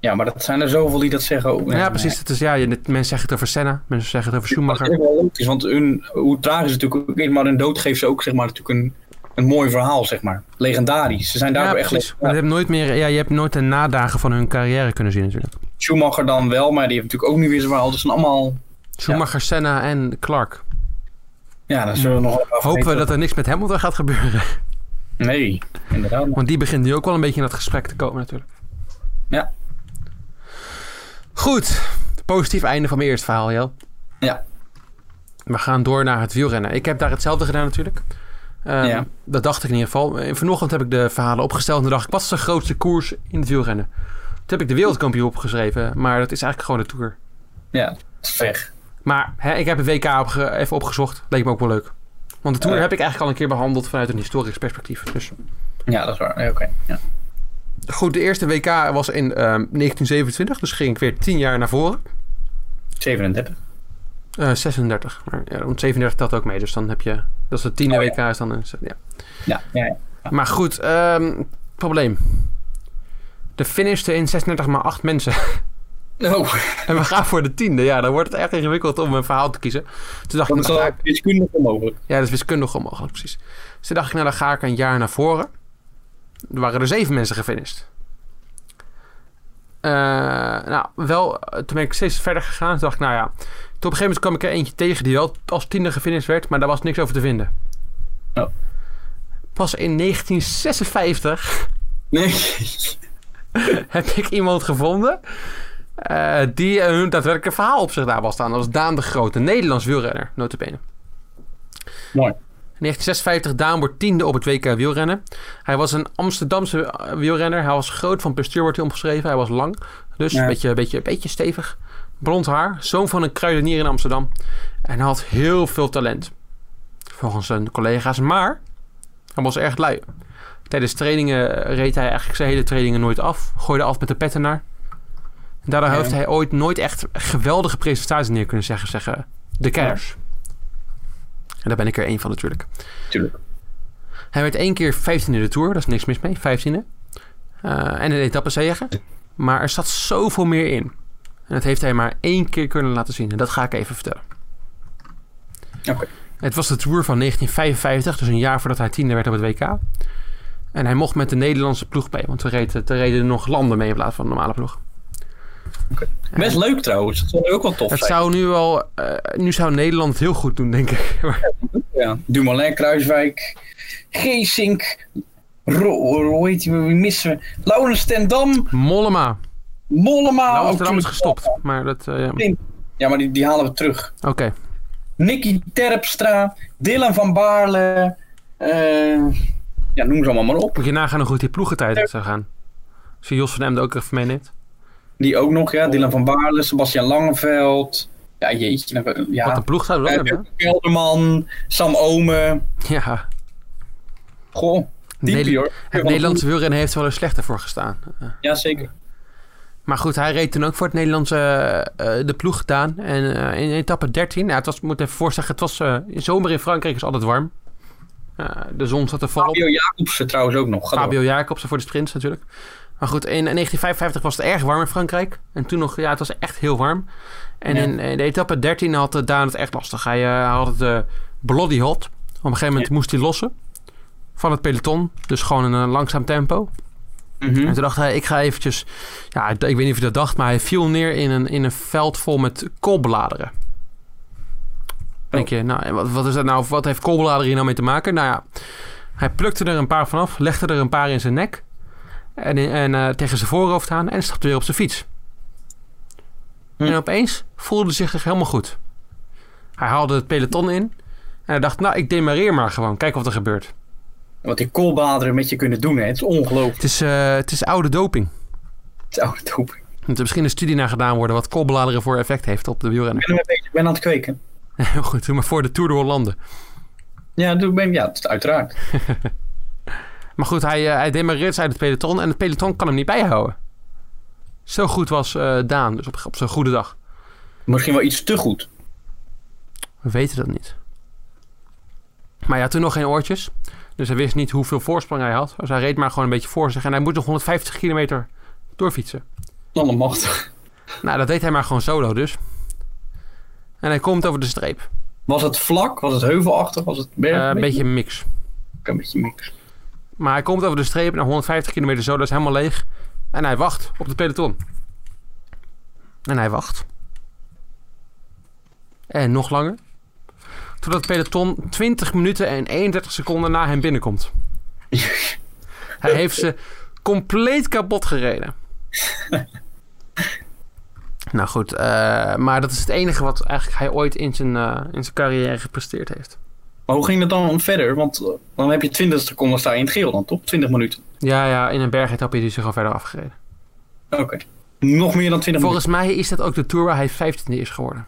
Ja, maar dat zijn er zoveel die dat zeggen ook. Ja, precies. Het is, ja, je- mensen zeggen het over Senna, mensen zeggen het over Maar dat Schumacher. is wel logisch, want hun, hoe tragisch het natuurlijk ook is, maar hun dood geeft ze ook zeg maar, natuurlijk een, een mooi verhaal, zeg maar. Legendarisch. Ze zijn Ja, daardoor echt precies. Maar je hebt nooit meer, ja, je hebt nooit de nadagen van hun carrière kunnen zien natuurlijk. Schumacher dan wel, maar die heeft natuurlijk ook nu weer zijn verhaal. Dus het zijn allemaal... Schumacher, Senna en Clark. Ja, dan zullen we nog wel even Hopen we afweten. dat er niks met Hamilton gaat gebeuren. Nee, inderdaad. Want die begint nu ook wel een beetje in dat gesprek te komen natuurlijk. Ja. Goed. Positief einde van mijn eerste verhaal, Jel. Ja. We gaan door naar het wielrennen. Ik heb daar hetzelfde gedaan natuurlijk. Ehm, Ja. Dat dacht ik in ieder geval. Eh, Vanochtend heb ik de verhalen opgesteld en toen dacht ik... wat is de grootste koers in het wielrennen? Toen heb ik de wereldkampioen opgeschreven, maar dat is eigenlijk gewoon de Tour. Ja, dat is weg. Maar hè, ik heb een WK opge- even opgezocht. Leek me ook wel leuk. Want de Tour Ja. heb ik eigenlijk al een keer behandeld vanuit een historisch perspectief. Dus Ja, dat is waar. Ja, Oké. Ja. Goed, de eerste WK was in ehm, 1927, dus ging ik weer 10 jaar naar voren. 37. Eh, 36, maar ja, want 37 telt ook mee, dus dan heb je... Dat is de tiende Oh, ja. WK, is dan een... Ja. Ja, ja, ja. Maar goed, ehm, probleem. De finishte in 36 maar 8 mensen. Oh, en we gaan voor de tiende. Ja, dan wordt het echt ingewikkeld om een verhaal te kiezen. Toen dacht dat ik, is nou, wel ga ik- wiskundig onmogelijk. ja, dat is wiskundig onmogelijk, precies. Dus toen dacht ik, nou, dan ga ik een jaar naar voren. Er waren er zeven mensen gefinished. Eh, nou, wel, eh, toen ben ik steeds verder gegaan. Toen dacht ik, nou ja. Toen op een gegeven moment kwam ik er eentje tegen die wel als tiende gefinished werd, maar daar was niks over te vinden. Oh. Pas in 1956 Nee. heb ik iemand gevonden eh, die een daadwerkelijk verhaal op zich daar was staan. Dat was Daan de Grote, een Nederlands wielrenner, notabene. Mooi. 1956, Daan wordt tiende op het WK wielrennen. Hij was een Amsterdamse eh, wielrenner. Hij was groot van postuur, wordt hij omgeschreven. Hij was lang, dus Ja. een beetje, beetje, beetje stevig. Blond haar, zoon van een kruidenier in Amsterdam. En hij had heel veel talent, volgens zijn collega's. Maar hij was erg lui. Tijdens trainingen reed hij eigenlijk zijn hele trainingen nooit af. Gooide af met de petten naar. Daardoor Ja. heeft hij ooit nooit echt geweldige presentaties neer kunnen zeggen, zeggen de kenners. En daar ben ik er één van natuurlijk. Tuurlijk. Hij werd één keer 15e in de Tour, daar is niks mis mee, 15e. Eh, en een etappezege. Maar er zat zoveel meer in. En dat heeft hij maar één keer kunnen laten zien. En dat ga ik even vertellen. Oké. Het was de Tour van 1955, dus een jaar voordat hij tiende werd op het WK. En hij mocht met de Nederlandse ploeg mee, want er reden, er reden nog landen mee in plaats van de normale ploeg. Best leuk trouwens. Dat zou ook wel tof Het zijn. zou nu wel, eh, nu zou Nederland het heel goed doen, denk ik. Maar- Ja. Dumoulin, Kruiswijk, Geesink, Ro- Ro- hoe heet die, wie missen we? Laurens ten Dam, Mollema. Mollema. Nou, ook Amsterdam is toen- gestopt. Maar dat, eh, ja. oké. Ja, maar die, die halen we terug. Nicky Terpstra, Dylan van Baarle, eh, Ja, noem ze allemaal maar op. Moet je nagaan hoe goed die ploegentijd zou gaan. Als je Jos van Emden ook even meeneemt. Die ook nog, ja. Dylan van Baarle, Sebastian Langeveld. Ja, jeetje. dan hebben we- Wat Ja. een ploeg zouden we ook hebben. Pep Kelderman, Sam Omen. hè? Ja. Goh, diepie Nederland- hoor. Het Nederlandse wielrennen heeft er wel eens slechter voor gestaan. Ja, zeker. Maar goed, hij reed toen ook voor het Nederlandse eh, eh, de ploeg gedaan. En eh, in etappe 13, nou, het was, ik moet even voorstellen, het was eh, in zomer in Frankrijk is altijd warm. Eh, de zon zat er volop. Fabio Jacobsen trouwens ook nog. Ga door. Fabio Jacobsen voor de sprints natuurlijk. Maar goed, in 1955 was het erg warm in Frankrijk. En toen nog, ja, het was echt heel warm. En Ja. in, eh, de etappe 13 had eh, Daan het echt lastig. Hij eh, had het eh, bloody hot. Op een gegeven moment moest hij lossen van het peloton. Dus gewoon in een langzaam tempo. Mhm. En toen dacht hij, ik ga eventjes... Ja, ik weet niet of je dat dacht, maar hij viel neer in een, in een veld vol met koolbladeren. Dan denk je, nou, en wat, wat is dat nou? Wat heeft koolbladeren hier nou mee te maken? Nou ja, hij plukte er een paar vanaf, legde er een paar in zijn nek... en, in- en eh, tegen zijn voorhoofd aan en stapte weer op zijn fiets. Hm. En opeens voelde hij zich helemaal goed. Hij haalde het peloton in en hij dacht, nou, ik demareer maar gewoon. Kijk wat er gebeurt. Wat die koolbaderen met je kunnen doen, hè. Het is ongelooflijk. Het is, eh, het is oude doping. Het is oude doop. Ik Er moet er misschien een studie naar gedaan worden wat koolbladeren voor effect heeft op de wielrenner. ben ermee bezig. Ik ben aan het kweken. Heel goed, doe maar voor de Tour de Hollande. Ja, dat ben, ja, dat is uiteraard. Maar goed, hij, eh, hij demareert uit het peloton en het peloton kan hem niet bijhouden. Zo goed was eh, Daan, dus op, op zijn goede dag. Misschien wel iets te goed. We weten dat niet. Maar hij had toen nog geen oortjes. Dus hij wist niet hoeveel voorsprong hij had. Dus hij reed maar gewoon een beetje voor zich. En hij moest nog 150 kilometer doorfietsen. Allemachtig. Nou, dat deed hij maar gewoon solo dus. En hij komt over de streep. Was het vlak? Was het heuvelachtig? Was het berg? Eh, een beetje een mix. Een beetje mix. Maar hij komt over de streep naar 150 kilometer zo, dat is helemaal leeg. En hij wacht op de peloton. En hij wacht. En nog langer. Totdat het peloton 20 minuten en 31 seconden na hem binnenkomt. hij heeft ze compleet kapot gereden. nou goed, eh, maar dat is het enige wat eigenlijk hij ooit in zijn, eh, in zijn carrière gepresteerd heeft. Maar hoe ging dat dan verder? Want eh, dan heb je 20 seconden sta je in het geel dan, toch? 20 minuten. Ja, ja, in een bergetap is hij zich al verder afgereden. Oké. Nog meer dan 20 Volgens mij is dat ook de tour waar hij 15e is geworden.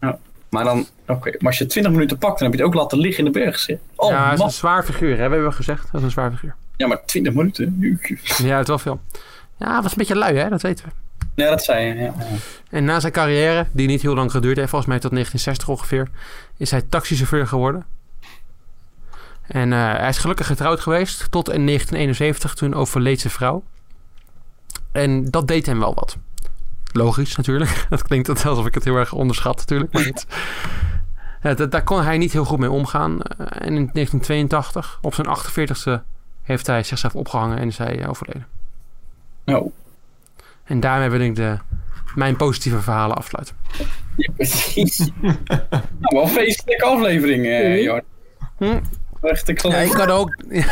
minuten. Maar, dan, oké. maar als je 20 minuten pakt, dan heb je het ook laten liggen in de berg. zeg. Oh, ja, hij is man. een zwaar figuur, hè? We hebben gezegd, dat is een zwaar figuur. ja, maar 20 minuten? Jeetje. Ja, het wel veel. Ja, hij was een beetje lui, hè? Dat weten we. Ja, dat zei je. Ja. En na zijn carrière, die niet heel lang geduurd heeft, volgens mij tot 1960 ongeveer, is hij taxichauffeur geworden. En eh, hij is gelukkig getrouwd geweest tot in 1971, toen overleed zijn vrouw. En dat deed hem wel wat. Logisch natuurlijk. Dat klinkt net alsof ik het heel erg onderschat natuurlijk. Maar het, Ja, dat- daar kon hij niet heel goed mee omgaan. Eh, En in 1982, op zijn 48ste, heeft hij zichzelf opgehangen en is hij eh, overleden. Nou, En daarmee wil ik de, mijn positieve verhalen afsluiten. ja, precies. nou, wel een feestelijke aflevering, eh, Jorn. Hm. Echt, ik zal Ja, ik kan ook,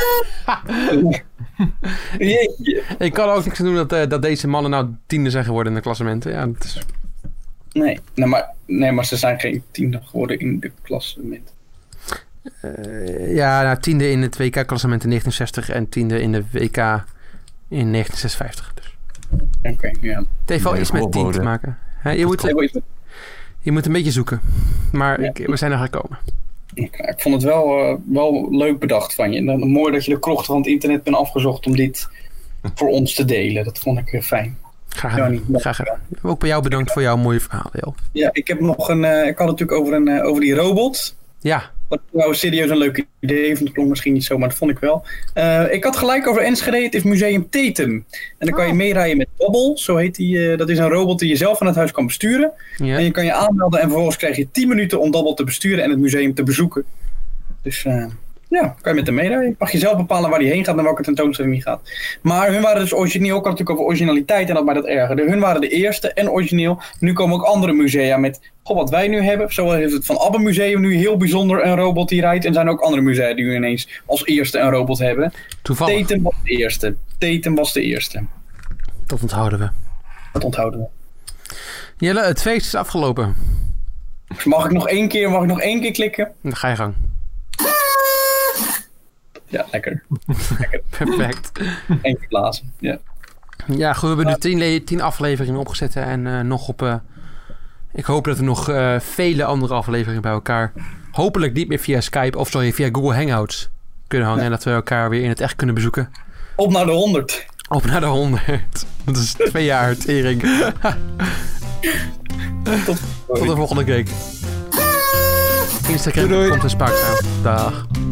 Jeetje. ik kan ook niks aan doen dat, eh, dat deze mannen nou tiende zijn geworden in de klassementen. Ja, dat is... Nee, nee, maar, nee, maar ze zijn geen tiende geworden in de klassement. ja, nou, tiende in het WK-klassement in 1960 en tiende in de WK in 1956. Dus. Oké, ja. Het heeft wel Nee, iets met voorbode. tien te maken. Hè, je, moet, Ik weet het. je moet een beetje zoeken. Maar Ja. ik, we zijn er gekomen. Oké, Ik vond het wel, eh, wel leuk bedacht van je. En dan- mooi dat je de krochten van het internet bent afgezocht om dit voor ons te delen. Dat vond ik eh, fijn. Graag Ja, gedaan. niet. Graag gedaan. Ook bij jou bedankt voor jouw mooie verhaal, Jo. Ja, ik heb nog een. eh, ik had het natuurlijk over, een, eh, over die robot. Ja, Wat nou serieus een leuk idee heeft. Dat klonk misschien niet zo, maar dat vond ik wel. Eh, ik had gelijk over Enschede. Het is Museum Tetum. En dan kan je meerijden met Bubble. Zo heet die. eh, dat is een robot die je zelf van het huis kan besturen. En ja. je kan je aanmelden en vervolgens krijg je 10 minuten om Dabbel te besturen en het museum te bezoeken. Dus eh, ja, kan je met hem meerijden. Mag je zelf bepalen waar hij heen gaat en welke tentoonstelling hij gaat. Maar hun waren dus origineel, ik had het natuurlijk over originaliteit en dat mij dat ergerde. Hun waren de eerste en origineel. Nu komen ook andere musea met, goh wat wij nu hebben. Zo heeft het Van Abbe Museum nu heel bijzonder een robot die rijdt. En zijn ook andere musea die nu ineens als eerste een robot hebben. toevallig. Tatum was de eerste. Tatum was de eerste. Dat onthouden we. Dat onthouden we. Jelle, het feest is afgelopen. Dus mag ik nog één keer, mag ik nog één keer klikken? Dan ga je gang. Ja, lekker. Perfect. Eén keer blazen. Ja. Ja, goed, we hebben nu tien, le- tien afleveringen opgezet hè, en eh, nog op... eh, ik hoop dat er nog eh, vele andere afleveringen bij elkaar... Hopelijk niet meer via Skype of sorry, via Google Hangouts kunnen hangen. En dat we elkaar weer in het echt kunnen bezoeken. Op naar de 100. Op naar de 100. Dat is twee jaar tering. Tot de volgende week. Instagram Doei, doei. komt in Spaakzaam. Dag. Thank